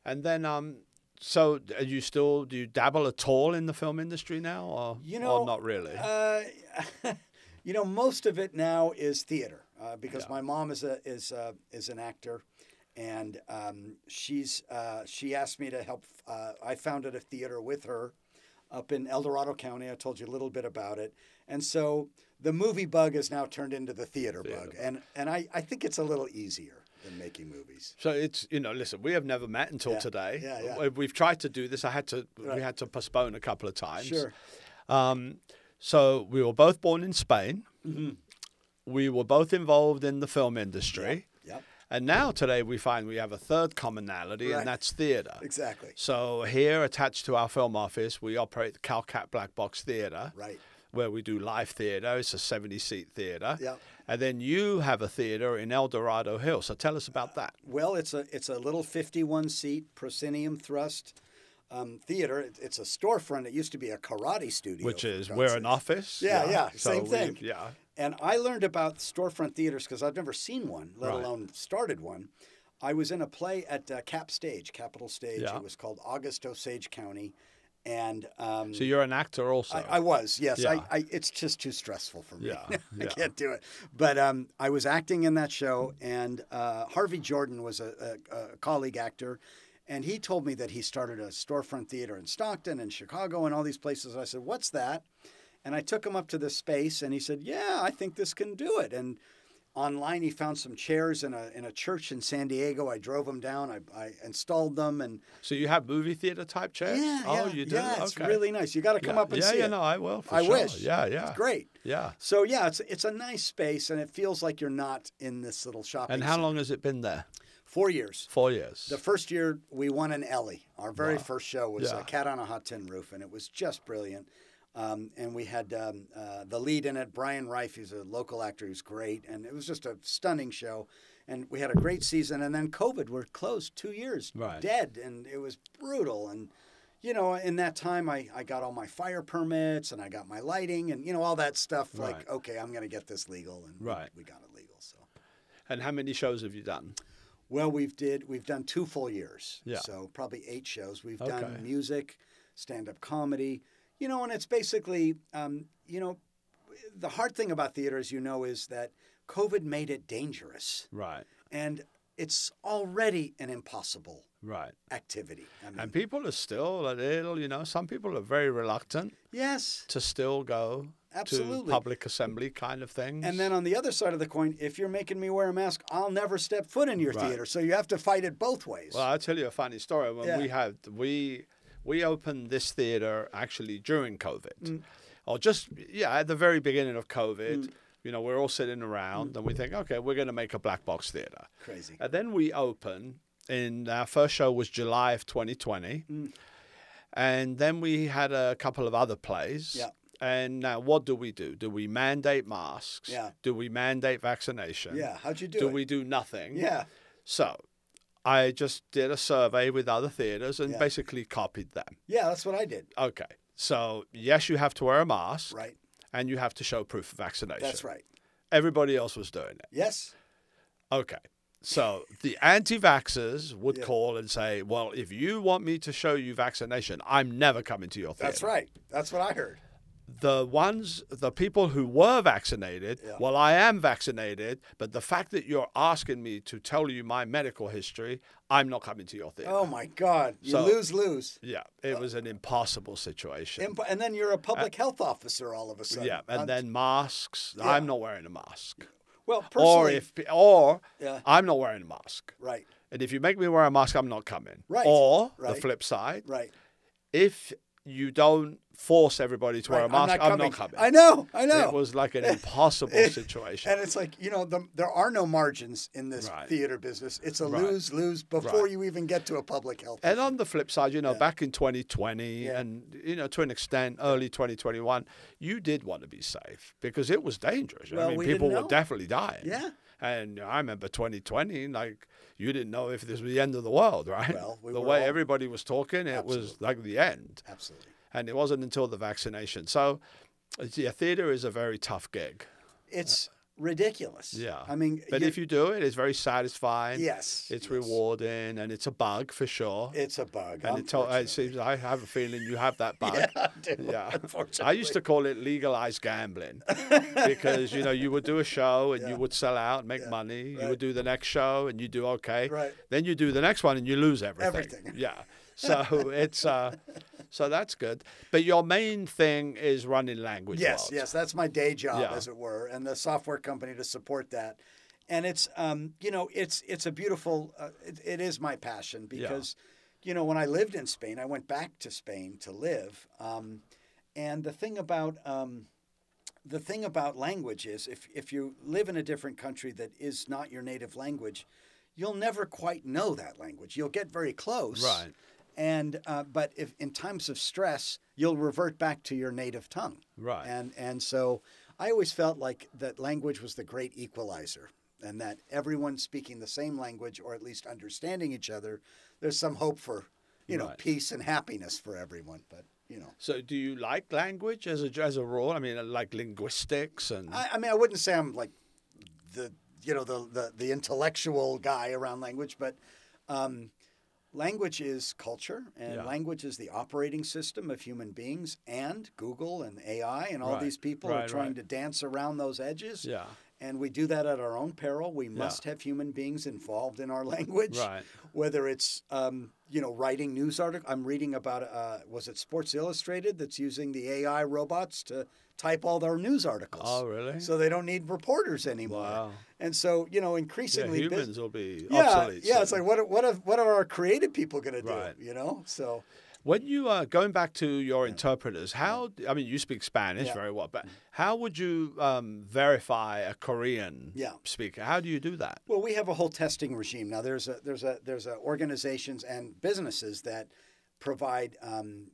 Speaker 1: And then, um, so d- are you still do you dabble at all in the film industry now, or
Speaker 2: You
Speaker 1: or
Speaker 2: know,
Speaker 1: not really?
Speaker 2: Uh, you know, most of it now is theater uh, because my mom is a is a, is an actor, and um, she's uh, she asked me to help. Uh, I founded a theater with her up in El Dorado County. I told you a little bit about it, and so the movie bug is now turned into the theater,
Speaker 1: Theater
Speaker 2: bug, and and I I think it's a little easier than making movies.
Speaker 1: So it's you know, listen, we have never met until
Speaker 2: Yeah,
Speaker 1: today.
Speaker 2: yeah, yeah.
Speaker 1: We- We've tried to do this. I had to.
Speaker 2: Right.
Speaker 1: We had to postpone a couple of times.
Speaker 2: Sure.
Speaker 1: Um, so we were both born in Spain.
Speaker 2: Mm-hmm.
Speaker 1: We were both involved in the film industry.
Speaker 2: Yep.
Speaker 1: And now today we find we have a third commonality,
Speaker 2: Right.
Speaker 1: and that's theatre.
Speaker 2: Exactly.
Speaker 1: So here, attached to our film office, we operate the Calcat Black Box Theatre,
Speaker 2: Right.
Speaker 1: where we do live theatre. It's a 70-seat theatre.
Speaker 2: Yep.
Speaker 1: And then you have a theatre in El Dorado Hill. So tell us about that.
Speaker 2: Well, it's a it's a little fifty-one seat proscenium thrust um, theater. It, it's a storefront. It used to be a karate studio,
Speaker 1: Which
Speaker 2: for
Speaker 1: is
Speaker 2: God's
Speaker 1: we're
Speaker 2: sake.
Speaker 1: an office.
Speaker 2: Yeah, yeah, same
Speaker 1: we-
Speaker 2: thing.
Speaker 1: yeah,
Speaker 2: And I learned about storefront theaters because I've never seen one, let
Speaker 1: Right.
Speaker 2: alone started one. I was in a play at uh, Cap Stage, Capital Stage.
Speaker 1: Yeah.
Speaker 2: It was called August Osage County, and um,
Speaker 1: so you're an actor also.
Speaker 2: I, I was, yes.
Speaker 1: Yeah.
Speaker 2: I, I, it's just too stressful for me.
Speaker 1: Yeah,
Speaker 2: I
Speaker 1: yeah.
Speaker 2: can't do it. But um, I was acting in that show, and uh, Harvey Jordan was a, a, a colleague actor, and he told me that he started a storefront theater in Stockton and Chicago and all these places. I said, "What's that?" And I took him up to this space, and he said, "Yeah, I think this can do it." And online he found some chairs in a in a church in San Diego. I drove them down. I, I installed them, and
Speaker 1: so you have movie theatre type chairs.
Speaker 2: yeah,
Speaker 1: oh,
Speaker 2: yeah,
Speaker 1: you do.
Speaker 2: yeah,
Speaker 1: okay.
Speaker 2: it's really nice. You got to
Speaker 1: yeah.
Speaker 2: come up and
Speaker 1: yeah,
Speaker 2: see
Speaker 1: yeah,
Speaker 2: it.
Speaker 1: no, I will. For
Speaker 2: I
Speaker 1: sure.
Speaker 2: wish.
Speaker 1: Yeah, yeah,
Speaker 2: It's great.
Speaker 1: yeah.
Speaker 2: So yeah, it's it's a nice space, and it feels like you're not in this little shopping.
Speaker 1: And how
Speaker 2: center.
Speaker 1: long has it been there?
Speaker 2: Four years.
Speaker 1: Four years.
Speaker 2: The first year we won an Ellie. Our very
Speaker 1: Wow.
Speaker 2: first show was
Speaker 1: Yeah.
Speaker 2: a Cat on a Hot Tin Roof, and it was just brilliant. Um, and we had um, uh, the lead in it, Brian Reif. He's a local actor who's great, and it was just a stunning show. And we had a great season, and then COVID. We're closed two years,
Speaker 1: Right.
Speaker 2: dead, and it was brutal. And you know, in that time, I, I got all my fire permits, and I got my lighting, and you know, all that stuff.
Speaker 1: Right.
Speaker 2: Like, okay, I'm gonna get this legal, and we-
Speaker 1: Right.
Speaker 2: we got it legal. So.
Speaker 1: and how many shows have you done?
Speaker 2: Well, we've did we've done two full years.
Speaker 1: Yeah.
Speaker 2: So probably eight shows. We've
Speaker 1: Okay.
Speaker 2: done music, stand up comedy, you know, and it's basically, um, you know, the hard thing about theater, as you know, is that COVID made it dangerous,
Speaker 1: Right,
Speaker 2: and it's already an impossible
Speaker 1: right.
Speaker 2: activity. I mean,
Speaker 1: And people are still a little, you know, some people are very reluctant
Speaker 2: yes.
Speaker 1: to still go to
Speaker 2: Absolutely.
Speaker 1: public assembly kind of things.
Speaker 2: And then on the other side of the coin, if you're making me wear a mask, I'll never step foot in your
Speaker 1: Right.
Speaker 2: theater. So you have to fight it both ways.
Speaker 1: Well, I'll tell you a funny story. When
Speaker 2: Yeah.
Speaker 1: we had we we opened this theater actually during COVID,
Speaker 2: Mm.
Speaker 1: or just yeah at the very beginning of COVID. You know, we're all sitting
Speaker 2: Mm.
Speaker 1: around and we think, okay, we're going to make a black box theater.
Speaker 2: Crazy.
Speaker 1: And then we open, and our first show was July of 2020.
Speaker 2: Mm.
Speaker 1: And then we had a couple of other plays.
Speaker 2: Yeah.
Speaker 1: And now, what do we do? Do we mandate masks?
Speaker 2: Yeah.
Speaker 1: Do we mandate vaccination?
Speaker 2: yeah. How'd you do,
Speaker 1: Do,
Speaker 2: it?
Speaker 1: we do nothing?
Speaker 2: yeah.
Speaker 1: So I just did a survey with other theaters and
Speaker 2: Yeah.
Speaker 1: basically copied them.
Speaker 2: Yeah. That's what I did.
Speaker 1: Okay. So, yes, you have to wear a mask
Speaker 2: Right.
Speaker 1: and you have to show proof of vaccination.
Speaker 2: That's right.
Speaker 1: Everybody else was doing it.
Speaker 2: Yes.
Speaker 1: Okay. So the anti vaxxers would
Speaker 2: Yeah.
Speaker 1: call and say, Well, if you want me to show you vaccination, I'm never coming to your theater.
Speaker 2: That's right. That's what I heard.
Speaker 1: The ones, the people who were vaccinated,
Speaker 2: Yeah.
Speaker 1: well, I am vaccinated, but the fact that you're asking me to tell you my medical history, I'm not coming to your theater.
Speaker 2: Oh my God! You
Speaker 1: So-
Speaker 2: lose, lose,
Speaker 1: Yeah, it was an impossible situation.
Speaker 2: Imp- and then you're a public health officer all of a sudden.
Speaker 1: yeah, and
Speaker 2: Um,
Speaker 1: then masks.
Speaker 2: Yeah.
Speaker 1: I'm not wearing a mask.
Speaker 2: well,
Speaker 1: Or
Speaker 2: personally,
Speaker 1: if or
Speaker 2: Yeah.
Speaker 1: I'm not wearing a mask.
Speaker 2: right,
Speaker 1: And if you make me wear a mask, I'm not coming.
Speaker 2: Right,
Speaker 1: Or the
Speaker 2: right.
Speaker 1: flip side,
Speaker 2: right,
Speaker 1: if you don't force everybody to
Speaker 2: right,
Speaker 1: wear a mask, I'm not coming.
Speaker 2: I know, I know.
Speaker 1: It was like an impossible situation.
Speaker 2: and it's like you know, the, there are no margins in this
Speaker 1: Right.
Speaker 2: theater business. It's a
Speaker 1: Right.
Speaker 2: lose, lose before
Speaker 1: Right.
Speaker 2: you even get to a public health.
Speaker 1: And on the flip side, you know, back in 2020
Speaker 2: Yeah.
Speaker 1: and, you know, to an extent, early 2021, you did want to be safe because it was dangerous. I
Speaker 2: Well,
Speaker 1: mean,
Speaker 2: we
Speaker 1: people
Speaker 2: didn't
Speaker 1: were
Speaker 2: know.
Speaker 1: definitely dying.
Speaker 2: Yeah.
Speaker 1: And I remember 2020, like, you didn't know if this was the end of the world, right?
Speaker 2: Well, we
Speaker 1: the
Speaker 2: were
Speaker 1: way
Speaker 2: all-
Speaker 1: everybody was talking, it was like the end.
Speaker 2: absolutely.
Speaker 1: And it wasn't until the vaccination. So, yeah, theater is a very tough gig.
Speaker 2: It's ridiculous.
Speaker 1: Yeah.
Speaker 2: I mean,
Speaker 1: but if you do it, it's very satisfying.
Speaker 2: yes,
Speaker 1: It's
Speaker 2: yes.
Speaker 1: rewarding and it's a bug for sure.
Speaker 2: It's a bug.
Speaker 1: And it, to- it seems I have a feeling you have that bug.
Speaker 2: unfortunately. I do,
Speaker 1: Yeah.
Speaker 2: unfortunately.
Speaker 1: I used to call it legalized gambling because you know you would do a show and you would sell out and make money. You would
Speaker 2: Right.
Speaker 1: do the next show and you do okay.
Speaker 2: Right.
Speaker 1: Then you do the next one and you lose everything.
Speaker 2: Everything.
Speaker 1: Yeah. So it's uh, so that's good. But your main thing is running language.
Speaker 2: Yes,
Speaker 1: worlds.
Speaker 2: yes, that's my day job,
Speaker 1: Yeah.
Speaker 2: as it were, and the software company to support that. And it's, um, you know, it's it's a beautiful. Uh, it, it is my passion because, you know, when I lived in Spain, I went back to Spain to live. Um, and the thing about um, the thing about language is, if if you live in a different country that is not your native language, you'll never quite know that language. You'll get very close,
Speaker 1: Right.
Speaker 2: And uh, but if in times of stress, you'll revert back to your native tongue,
Speaker 1: Right.
Speaker 2: and and so I always felt like that language was the great equalizer, and that everyone speaking the same language or at least understanding each other, there's some hope for you know
Speaker 1: Right.
Speaker 2: peace and happiness for everyone. But you know,
Speaker 1: So do you like language as a as a rule? I mean, like linguistics and
Speaker 2: I, I mean, I wouldn't say I'm like the you know the the, the intellectual guy around language, but um, language is culture, and
Speaker 1: Yeah.
Speaker 2: language is the operating system of human beings. And Google and AI and all
Speaker 1: Right,
Speaker 2: these people
Speaker 1: right,
Speaker 2: are trying
Speaker 1: right.
Speaker 2: to dance around those edges.
Speaker 1: yeah,
Speaker 2: And we do that at our own peril. We must have human beings involved in our language,
Speaker 1: Right.
Speaker 2: whether it's um, you know writing news articles. I'm reading about uh, was it Sports Illustrated that's using the AI robots to type all their news articles.
Speaker 1: Oh, really?
Speaker 2: So they don't need reporters anymore.
Speaker 1: Wow.
Speaker 2: And so you know
Speaker 1: yeah
Speaker 2: increasingly, bus-
Speaker 1: humans will be
Speaker 2: yeah,
Speaker 1: obsolete.
Speaker 2: yeah. It's
Speaker 1: soon.
Speaker 2: like what are- what are, what are our creative people going to do?
Speaker 1: Right.
Speaker 2: You know, so
Speaker 1: When you are going back to your interpreters, how I mean, you speak Spanish
Speaker 2: Yeah. Mm-hmm.
Speaker 1: very well, but how would you um, verify a Korean
Speaker 2: Yeah.
Speaker 1: speaker? How do you do that?
Speaker 2: Well, we have a whole testing regime now. There's a there's a there's a organizations and businesses that provide um,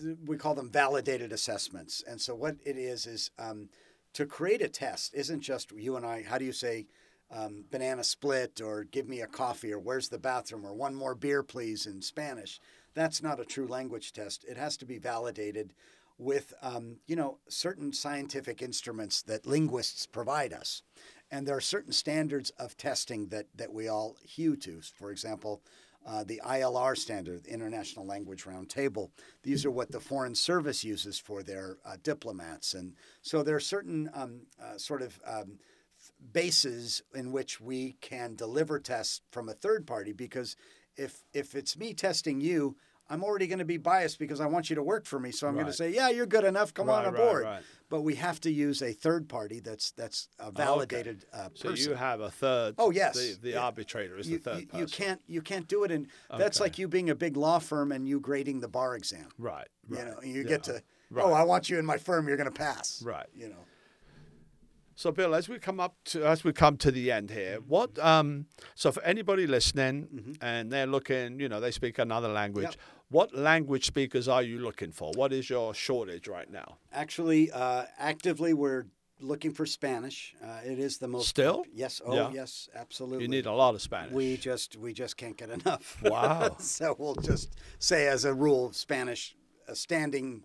Speaker 2: th- we call them validated assessments. And so what it is is um, to create a test isn't just you and I. How do you say um, banana split or give me a coffee or where's the bathroom or one more beer please in Spanish? That's not a true language test. It has to be validated with um, you know certain scientific instruments that linguists provide us and there are certain standards of testing that that we all hew to for example uh, the ILR standard, the International Language Roundtable. These are what the Foreign Service uses for their uh, diplomats. And so there are certain um, uh, sort of um, bases in which we can deliver tests from a third party because if if it's me testing you I'm already going to be biased because I want you to work for me so I'm going
Speaker 1: Right.
Speaker 2: to say yeah you're good enough come
Speaker 1: Right,
Speaker 2: on
Speaker 1: right,
Speaker 2: aboard
Speaker 1: right. Oh,
Speaker 2: but we have to use a third party that's that's a validated uh,
Speaker 1: So
Speaker 2: person
Speaker 1: you have a third.
Speaker 2: Oh, yes.
Speaker 1: The, the
Speaker 2: Yeah.
Speaker 1: arbitrator is
Speaker 2: you,
Speaker 1: the third
Speaker 2: you-
Speaker 1: person.
Speaker 2: you can't you can't do it and that's
Speaker 1: Okay.
Speaker 2: like you being a big law firm and you grading the bar exam
Speaker 1: Right. Right.
Speaker 2: you know you
Speaker 1: yeah,
Speaker 2: get to
Speaker 1: right.
Speaker 2: oh I want you in my firm you're going to pass
Speaker 1: Right.
Speaker 2: you know
Speaker 1: So, Bill, as we come up to as we come to the end here,
Speaker 2: Mm-hmm.
Speaker 1: what um, so for anybody listening and they're looking, you know, they speak another language.
Speaker 2: Yep.
Speaker 1: What language speakers are you looking for? What is your shortage right now?
Speaker 2: Actually, uh, actively, we're looking for Spanish. Uh, it is the most
Speaker 1: Still?
Speaker 2: Yes. Oh,
Speaker 1: Yeah.
Speaker 2: yes. Absolutely.
Speaker 1: You need a lot of Spanish.
Speaker 2: we just we just can't get enough.
Speaker 1: Wow.
Speaker 2: so we'll just say, as a rule, Spanish a standing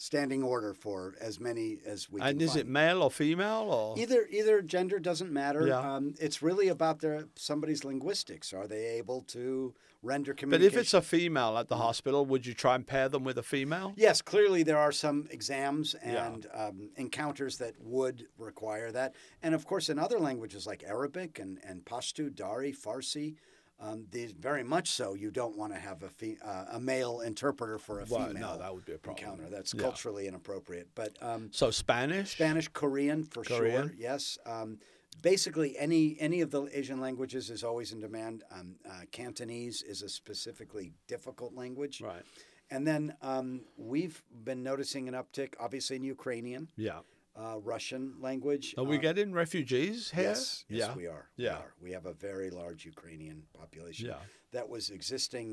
Speaker 2: standing order for as many as we
Speaker 1: and
Speaker 2: can.
Speaker 1: is it male or female or
Speaker 2: Either either gender doesn't matter.
Speaker 1: Yeah.
Speaker 2: Um, it's really about their somebody's linguistics. Are they able to render
Speaker 1: But
Speaker 2: communication? Mm.
Speaker 1: if it's a female at the hospital, would you try and pair them with a female?
Speaker 2: Yes, clearly there are some exams
Speaker 1: Yeah.
Speaker 2: and um, encounters that would require that. And of course, in other languages like Arabic and, and Pashto, Dari, Farsi, um, these very much so you don't want to have a, fe- uh, a male interpreter for a
Speaker 1: Well,
Speaker 2: female
Speaker 1: no, that would be a problem.
Speaker 2: encounter. That's
Speaker 1: Yeah.
Speaker 2: culturally inappropriate. But um,
Speaker 1: So Spanish.
Speaker 2: Spanish, Korean for
Speaker 1: Korean.
Speaker 2: sure. Yes. Um, basically, any any of the Asian languages is always in demand. Um, uh, Cantonese is a specifically difficult language.
Speaker 1: Right.
Speaker 2: And then um, we've been noticing an uptick, obviously, in Ukrainian,
Speaker 1: Yeah.
Speaker 2: uh, Russian language.
Speaker 1: Are we
Speaker 2: Uh,
Speaker 1: getting refugees here?
Speaker 2: Yes, yes,
Speaker 1: yeah.
Speaker 2: we are.
Speaker 1: Yeah.
Speaker 2: We, are. we have a very large Ukrainian population
Speaker 1: Yeah.
Speaker 2: that was existing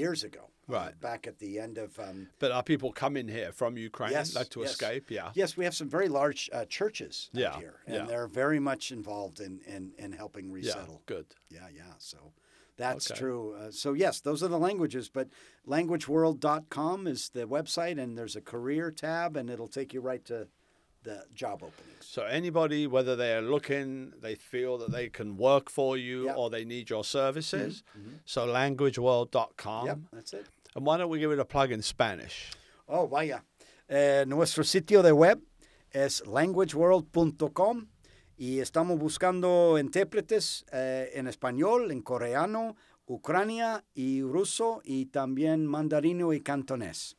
Speaker 2: years ago. uh,
Speaker 1: Right.
Speaker 2: back at the end of. Um,
Speaker 1: But are people coming here from Ukraine
Speaker 2: Yes,
Speaker 1: like to
Speaker 2: yes.
Speaker 1: escape? Yeah.
Speaker 2: yes, we have some very large uh, churches out
Speaker 1: Yeah,
Speaker 2: here, and
Speaker 1: yeah.
Speaker 2: they're very much involved in, in, in helping
Speaker 1: Yeah.
Speaker 2: resettle.
Speaker 1: Good.
Speaker 2: Yeah, yeah. So that's
Speaker 1: Okay.
Speaker 2: true. Uh, so yes, those are the languages, but languageworld.com is the website and there's a career tab and it'll take you right to the job openings.
Speaker 1: So anybody, whether they're looking, they feel that they can work for you
Speaker 2: Yep.
Speaker 1: or they need your services. So languageworld.com.
Speaker 2: Mm-hmm. yep, that's it.
Speaker 1: And why don't we give it a plug in Spanish?
Speaker 2: Oh, vaya. Eh, nuestro sitio de web es languageworld.com y estamos buscando intérpretes eh, en español, en coreano, Ucrania y ruso y también mandarino y cantonés.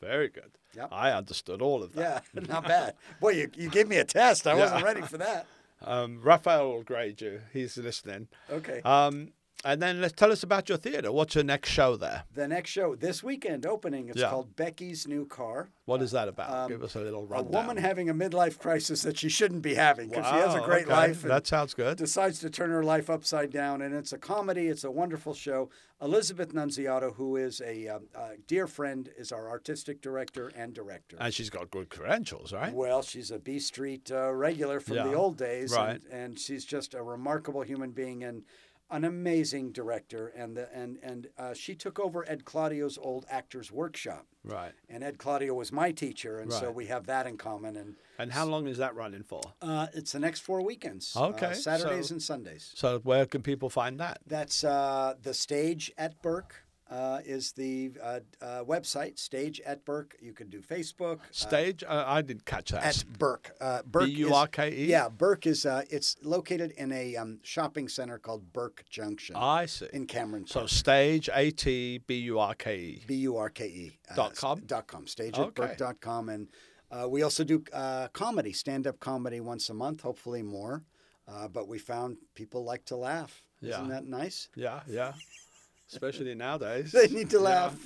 Speaker 1: Very good.
Speaker 2: Yep.
Speaker 1: I understood all of that.
Speaker 2: Yeah, not bad. Boy, you, you gave me a test. I wasn't ready for that.
Speaker 1: Um, Raphael will grade you. He's listening.
Speaker 2: Okay.
Speaker 1: Um, and then let's tell us about your theatre. What's your next show there?
Speaker 2: the next show this weekend opening. It's
Speaker 1: Yeah.
Speaker 2: called Becky's New Car.
Speaker 1: What is that about? Give us a little
Speaker 2: Um, A
Speaker 1: rundown.
Speaker 2: woman having a midlife crisis that she shouldn't be having because she has a
Speaker 1: Wow,
Speaker 2: great
Speaker 1: okay.
Speaker 2: life. and-
Speaker 1: That sounds good.
Speaker 2: decides to turn her life upside down, and it's a comedy. It's a wonderful show. Elizabeth Nunziato, who is a, um, a dear friend, is our artistic director and director.
Speaker 1: And she's got good credentials, right?
Speaker 2: well, she's a B Street uh, regular from the
Speaker 1: Yeah,
Speaker 2: old days,
Speaker 1: right.
Speaker 2: and, and she's just a remarkable human being and an amazing director. And the, and and uh, she took over Ed Claudio's old actors workshop,
Speaker 1: Right.
Speaker 2: and Ed Claudio was my teacher, and so
Speaker 1: Right.
Speaker 2: we have that in common. And
Speaker 1: And how long is that running for?
Speaker 2: uh, it's the next four weekends,
Speaker 1: Okay,
Speaker 2: uh, Saturdays
Speaker 1: so-
Speaker 2: and Sundays.
Speaker 1: So where can people find that?
Speaker 2: That's uh, the stage at Burke uh, is the uh, uh, website stage at Burke. You can do Facebook uh,
Speaker 1: Stage? Uh, I didn't catch that.
Speaker 2: at Burke. Uh, Burke is-
Speaker 1: B-U-R-K-E?
Speaker 2: Yeah, Burke is uh, it's located in a um, shopping center called Burke Junction
Speaker 1: I see.
Speaker 2: in Cameron. Park.
Speaker 1: Ah. So stage A T B U R K E.
Speaker 2: B U R K E. uh,
Speaker 1: Dot com?
Speaker 2: st- Dot com. Stage
Speaker 1: Okay.
Speaker 2: at Burke dot com. And uh, we also do uh, comedy, stand up comedy once a month, hopefully more. Uh, but we found people like to laugh.
Speaker 1: Yeah.
Speaker 2: Isn't that nice?
Speaker 1: Yeah, yeah. especially nowadays.
Speaker 2: they need to
Speaker 1: Yeah.
Speaker 2: laugh.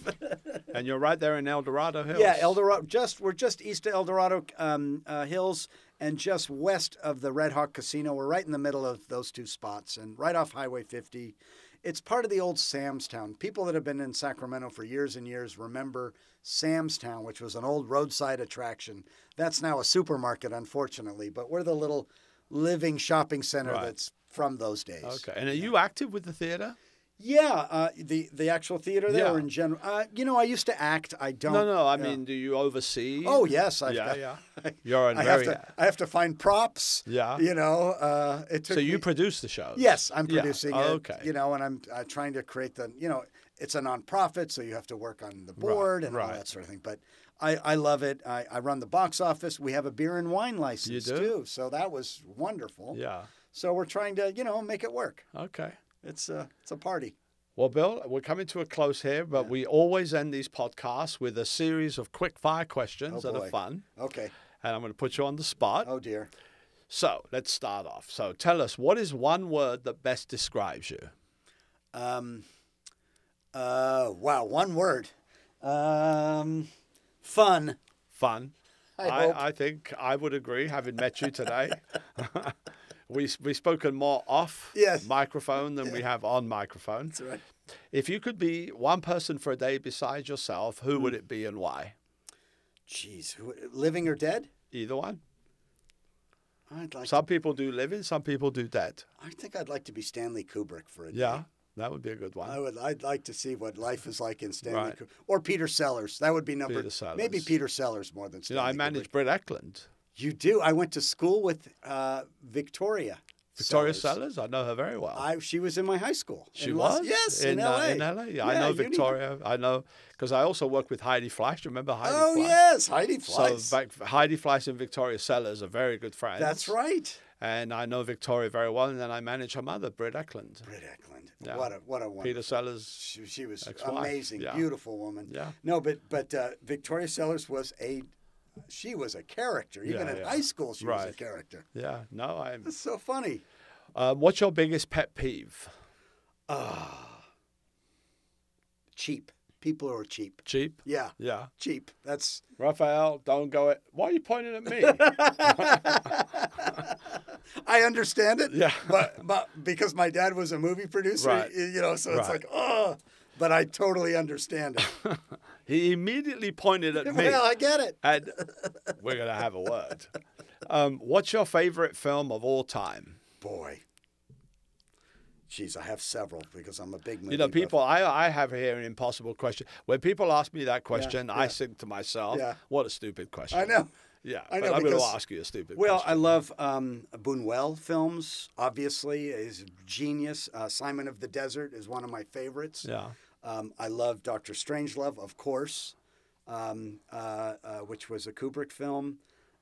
Speaker 1: And you're right there in El Dorado Hills.
Speaker 2: Yeah, El Dorado. Just we're just east of El Dorado um, uh, Hills and just west of the Red Hawk Casino. We're right in the middle of those two spots and right off Highway 50. It's part of the old Sam's Town. People that have been in Sacramento for years and years remember Sam's Town, which was an old roadside attraction. That's now a supermarket, unfortunately, but we're the little living shopping center
Speaker 1: Right.
Speaker 2: that's from those days.
Speaker 1: Okay. And are you active with the theater?
Speaker 2: Yeah, uh, the the actual theater there
Speaker 1: Yeah.
Speaker 2: or in general. Uh, you know, I used to act. I don't.
Speaker 1: No, no. I
Speaker 2: yeah.
Speaker 1: mean, do you oversee?
Speaker 2: Oh yes, I've
Speaker 1: yeah,
Speaker 2: got-
Speaker 1: yeah. You're a
Speaker 2: I have
Speaker 1: very.
Speaker 2: to I have to find props.
Speaker 1: Yeah.
Speaker 2: You know, uh, it took
Speaker 1: So you
Speaker 2: me-
Speaker 1: produce the show?
Speaker 2: yes, I'm
Speaker 1: Yeah,
Speaker 2: producing it.
Speaker 1: okay.
Speaker 2: You know, and I'm uh, trying to create the you know it's a nonprofit, so you have to work on the board and all
Speaker 1: right.
Speaker 2: that sort of thing. But I, I love it. I, I run the box office. We have a beer and wine license
Speaker 1: do?
Speaker 2: too, so that was wonderful.
Speaker 1: Yeah.
Speaker 2: So we're trying to you know make it work.
Speaker 1: Okay.
Speaker 2: It's a it's a party.
Speaker 1: Well, Bill, we're coming to a close here, but we always end these podcasts with a series of quick fire questions
Speaker 2: Oh,
Speaker 1: that are
Speaker 2: boy.
Speaker 1: fun.
Speaker 2: Okay.
Speaker 1: And I'm going to put you on the spot.
Speaker 2: Oh dear.
Speaker 1: So let's start off. So tell us, what is one word that best describes you?
Speaker 2: Um, uh, wow, one word. Um, fun.
Speaker 1: Fun.
Speaker 2: I hope.
Speaker 1: I, think I would agree, having met you today. we, we've spoken more off
Speaker 2: Yes.
Speaker 1: microphone than we have on microphone.
Speaker 2: right.
Speaker 1: If you could be one person for a day besides yourself, who would
Speaker 2: Hmm.
Speaker 1: it be and why?
Speaker 2: Jeez, who, living or dead?
Speaker 1: Either one.
Speaker 2: I'd like.
Speaker 1: Some people do living, some people do dead.
Speaker 2: I think I'd like to be Stanley Kubrick for a day.
Speaker 1: Yeah, that would be a good one.
Speaker 2: I would. I'd like to see what life is like in Stanley
Speaker 1: Right.
Speaker 2: Kubrick or Peter Sellers. That would be number.
Speaker 1: Peter Sellers.
Speaker 2: Maybe Peter Sellers more than
Speaker 1: you
Speaker 2: Stanley.
Speaker 1: know, I
Speaker 2: Kubrick.
Speaker 1: managed Brett Eklund.
Speaker 2: You do. I went to school with uh, Victoria.
Speaker 1: Victoria Sellers, I know her very well.
Speaker 2: I, she was in my high school.
Speaker 1: she
Speaker 2: in Los-
Speaker 1: was?
Speaker 2: Yes, in,
Speaker 1: uh,
Speaker 2: L.A.
Speaker 1: in LA. Yeah, I know
Speaker 2: you knew-
Speaker 1: Victoria. I know, because I also work with Heidi Fleisch. You Remember Heidi
Speaker 2: Oh
Speaker 1: Fleisch?
Speaker 2: yes, Heidi
Speaker 1: So
Speaker 2: Fleiss.
Speaker 1: back, Heidi Fleiss and Victoria Sellers are very good friends.
Speaker 2: That's right.
Speaker 1: And I know Victoria very well, and then I manage her mother, Britt Eklund.
Speaker 2: Britt Eklund.
Speaker 1: Yeah.
Speaker 2: What a what a wonderful.
Speaker 1: Peter Sellers,
Speaker 2: She, she was
Speaker 1: Ex-wife,
Speaker 2: amazing,
Speaker 1: yeah.
Speaker 2: beautiful woman.
Speaker 1: Yeah.
Speaker 2: No, but but uh, Victoria Sellers was a she was a character. Even
Speaker 1: Yeah,
Speaker 2: in
Speaker 1: yeah.
Speaker 2: high school, she was
Speaker 1: Right.
Speaker 2: a character.
Speaker 1: yeah, no, I'm.
Speaker 2: That's so funny.
Speaker 1: Uh, what's your biggest pet peeve?
Speaker 2: Cheap people who are cheap.
Speaker 1: Cheap?
Speaker 2: Yeah,
Speaker 1: Yeah.
Speaker 2: cheap. That's
Speaker 1: Raphael, don't go at. Why are you pointing at me?
Speaker 2: I understand it.
Speaker 1: Yeah.
Speaker 2: but but because my dad was a movie producer,
Speaker 1: Right.
Speaker 2: you know, so it's
Speaker 1: Right.
Speaker 2: like oh, but I totally understand it.
Speaker 1: he immediately pointed at me,
Speaker 2: well, I get it.
Speaker 1: and we're gonna have a word. Um, what's your favorite film of all time?
Speaker 2: Boy. Jeez, I have several because I'm a big movie.
Speaker 1: You know,
Speaker 2: buff.
Speaker 1: people, I, I have here an impossible question. When people ask me that question, I think to myself,
Speaker 2: Yeah.
Speaker 1: what a stupid question.
Speaker 2: I know.
Speaker 1: Yeah,
Speaker 2: I
Speaker 1: but
Speaker 2: know,
Speaker 1: I'm going to
Speaker 2: because-
Speaker 1: ask you a stupid
Speaker 2: Well,
Speaker 1: question.
Speaker 2: I love um, Buñuel films. Obviously, is genius. Uh, Simon of the Desert is one of my favorites.
Speaker 1: Yeah.
Speaker 2: Um, I love Doctor Strangelove, of course, um, uh, uh, which was a Kubrick film.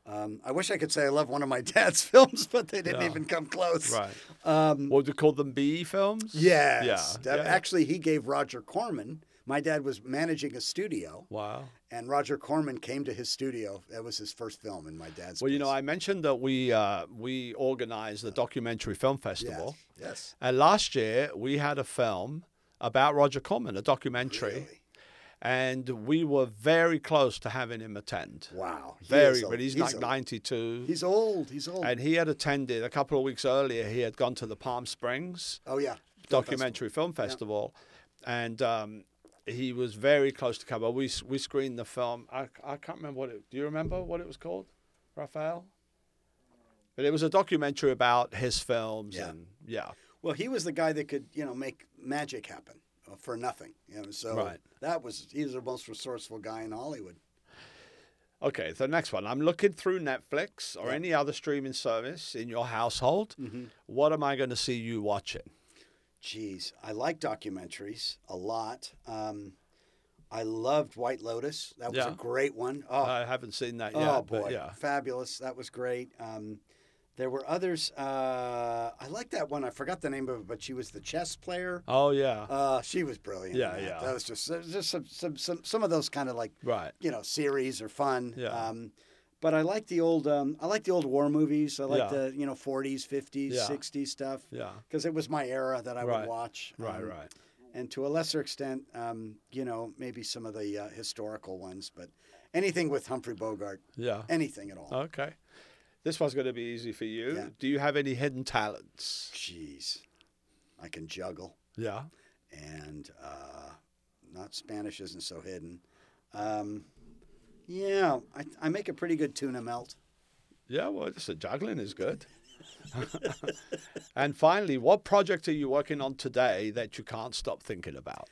Speaker 2: Um, I wish I could say I love one of my dad's films, but they didn't
Speaker 1: Yeah.
Speaker 2: even come close.
Speaker 1: Right. Um, what do you call them? B films?
Speaker 2: Yes.
Speaker 1: Yeah.
Speaker 2: That-
Speaker 1: yeah.
Speaker 2: Actually, he gave Roger Corman. My dad was managing a studio,
Speaker 1: wow.
Speaker 2: and Roger Corman came to his studio. That was his first film in my dad's.
Speaker 1: Well, you know,
Speaker 2: place.
Speaker 1: I mentioned that we uh, we organized the documentary film festival,
Speaker 2: yes. yes.
Speaker 1: and last year we had a film about Roger Corman, a documentary,
Speaker 2: Really?
Speaker 1: and we were very close to having him attend.
Speaker 2: Wow. He
Speaker 1: Very,
Speaker 2: is old.
Speaker 1: but he's, like
Speaker 2: old.
Speaker 1: 92.
Speaker 2: He's old. He's old.
Speaker 1: and he had attended a couple of weeks earlier. He had gone to the Palm Springs
Speaker 2: oh yeah.
Speaker 1: documentary film festival, and um, he was very close to cover. We s- we screened the film. I, I can't remember what it. Do you remember what it was called, Raphael? But it was a documentary about his films
Speaker 2: Yeah.
Speaker 1: and yeah,
Speaker 2: Well, he was the guy that could you know make magic happen uh, for nothing. You know, so
Speaker 1: Right.
Speaker 2: that was he was the most resourceful guy in Hollywood.
Speaker 1: Okay, the next one. I'm looking through Netflix or any other streaming service in your household.
Speaker 2: Mm-hmm.
Speaker 1: What am I going to see you watching?
Speaker 2: Jeez, I like documentaries a lot. Um, I loved White Lotus. That was
Speaker 1: Yeah.
Speaker 2: a great one. Oh,
Speaker 1: I haven't seen that yet.
Speaker 2: oh
Speaker 1: but
Speaker 2: boy,
Speaker 1: yeah.
Speaker 2: fabulous. That was great. Um, there were others. Uh, I like that one. I forgot the name of it, but she was the chess player.
Speaker 1: Oh yeah.
Speaker 2: Uh, she was brilliant. in
Speaker 1: Yeah,
Speaker 2: that.
Speaker 1: yeah.
Speaker 2: That was just that was just some some some, some of those kind of like
Speaker 1: right.
Speaker 2: you know series are fun.
Speaker 1: Yeah.
Speaker 2: Um, but I like the old um, I like the old war movies. I like
Speaker 1: Yeah.
Speaker 2: the you know 40s, 50s,
Speaker 1: Yeah.
Speaker 2: 60s stuff
Speaker 1: Yeah.
Speaker 2: Um, because it was my era that I
Speaker 1: Right.
Speaker 2: would watch.
Speaker 1: Right.
Speaker 2: Um,
Speaker 1: right.
Speaker 2: and to a lesser extent, um, you know, maybe some of the uh, historical ones, but anything with Humphrey Bogart,
Speaker 1: Yeah.
Speaker 2: anything at all.
Speaker 1: Okay. This one's going to be easy for you.
Speaker 2: Yeah.
Speaker 1: Do you have any hidden talents?
Speaker 2: Jeez, I can juggle,
Speaker 1: Yeah.
Speaker 2: and uh, not Spanish isn't so hidden. Um, yeah, I, I make a pretty good tuna melt.
Speaker 1: Yeah, well, just the juggling is good. and finally, what project are you working on today that you can't stop thinking about?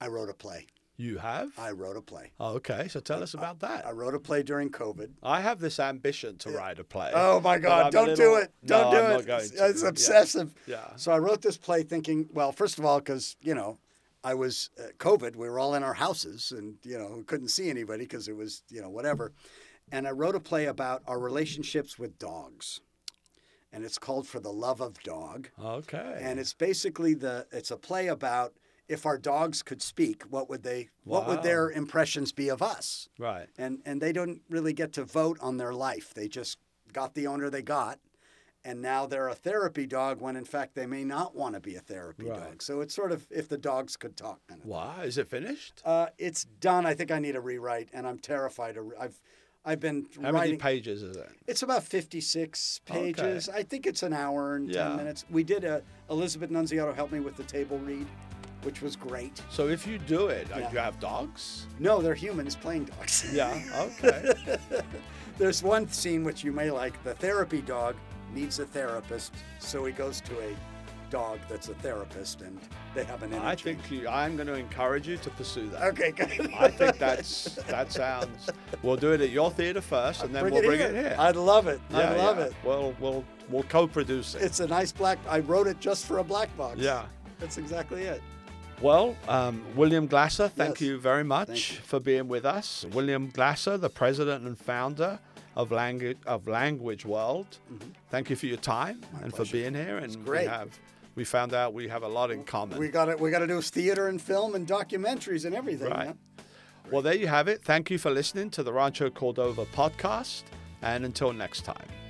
Speaker 2: I wrote a play.
Speaker 1: You have?
Speaker 2: I wrote a play.
Speaker 1: Oh, Okay, so tell us about that.
Speaker 2: I wrote a play during COVID.
Speaker 1: I have this ambition to write a play.
Speaker 2: Oh my
Speaker 1: but
Speaker 2: God!
Speaker 1: I'm a
Speaker 2: Don't do
Speaker 1: little-
Speaker 2: it!
Speaker 1: no,
Speaker 2: Don't do
Speaker 1: I'm
Speaker 2: it!
Speaker 1: not going
Speaker 2: it's,
Speaker 1: to.
Speaker 2: it's
Speaker 1: Yeah.
Speaker 2: obsessive.
Speaker 1: Yeah.
Speaker 2: So I wrote this play thinking, well, first of all, because you know, I was uh, COVID. We were all in our houses, and you know, couldn't see anybody because it was you know whatever. And I wrote a play about our relationships with dogs, and it's called For the Love of Dog,
Speaker 1: Okay.
Speaker 2: and it's basically the it's a play about if our dogs could speak, what would they? What would
Speaker 1: Wow.
Speaker 2: their impressions be of us?
Speaker 1: right.
Speaker 2: and and they don't really get to vote on their life. They just got the owner they got, and now they're a therapy dog when in fact they may not want to be a therapy
Speaker 1: Right.
Speaker 2: dog. So it's sort of if the dogs could talk. Kind of.
Speaker 1: Wow, is it finished?
Speaker 2: Uh, it's done. I think I need a rewrite, and I'm terrified. of- I've I've been
Speaker 1: How many
Speaker 2: writing.
Speaker 1: pages is it?
Speaker 2: It's about 56 pages. I think it's an hour and
Speaker 1: Yeah.
Speaker 2: 10 minutes. We did a Elizabeth Nunziato helped me with the table read, which was great.
Speaker 1: So if you do it, uh,
Speaker 2: Yeah.
Speaker 1: you have dogs?
Speaker 2: No, they're humans playing dogs.
Speaker 1: Yeah, okay.
Speaker 2: There's one scene which you may like. The therapy dog needs a therapist, so he goes to a dog that's a therapist, and they have an
Speaker 1: I
Speaker 2: interchange.
Speaker 1: think you, I'm going to encourage you to pursue that.
Speaker 2: Okay, good.
Speaker 1: I think that's that sounds. We'll do it at your theater first, and then we'll bring it here.
Speaker 2: I love it. I
Speaker 1: Yeah,
Speaker 2: love
Speaker 1: yeah.
Speaker 2: it.
Speaker 1: We'll we'll we'll co-produce it.
Speaker 2: It's a nice black. I wrote it just for a black box.
Speaker 1: Yeah.
Speaker 2: that's exactly it.
Speaker 1: Well, um, William Glasser, thank
Speaker 2: Yes.
Speaker 1: you very much
Speaker 2: Thank you.
Speaker 1: for being with us. William Glasser, the president and founder of Language of Language World.
Speaker 2: Mm-hmm.
Speaker 1: Thank you for your time and for being here. And we
Speaker 2: great.
Speaker 1: have we found out we have a lot in common.
Speaker 2: We got it. We got to do theater and film and documentaries and everything.
Speaker 1: Right.
Speaker 2: man.
Speaker 1: well, there you have it. Thank you for listening to the Rancho Cordova podcast, and until next time.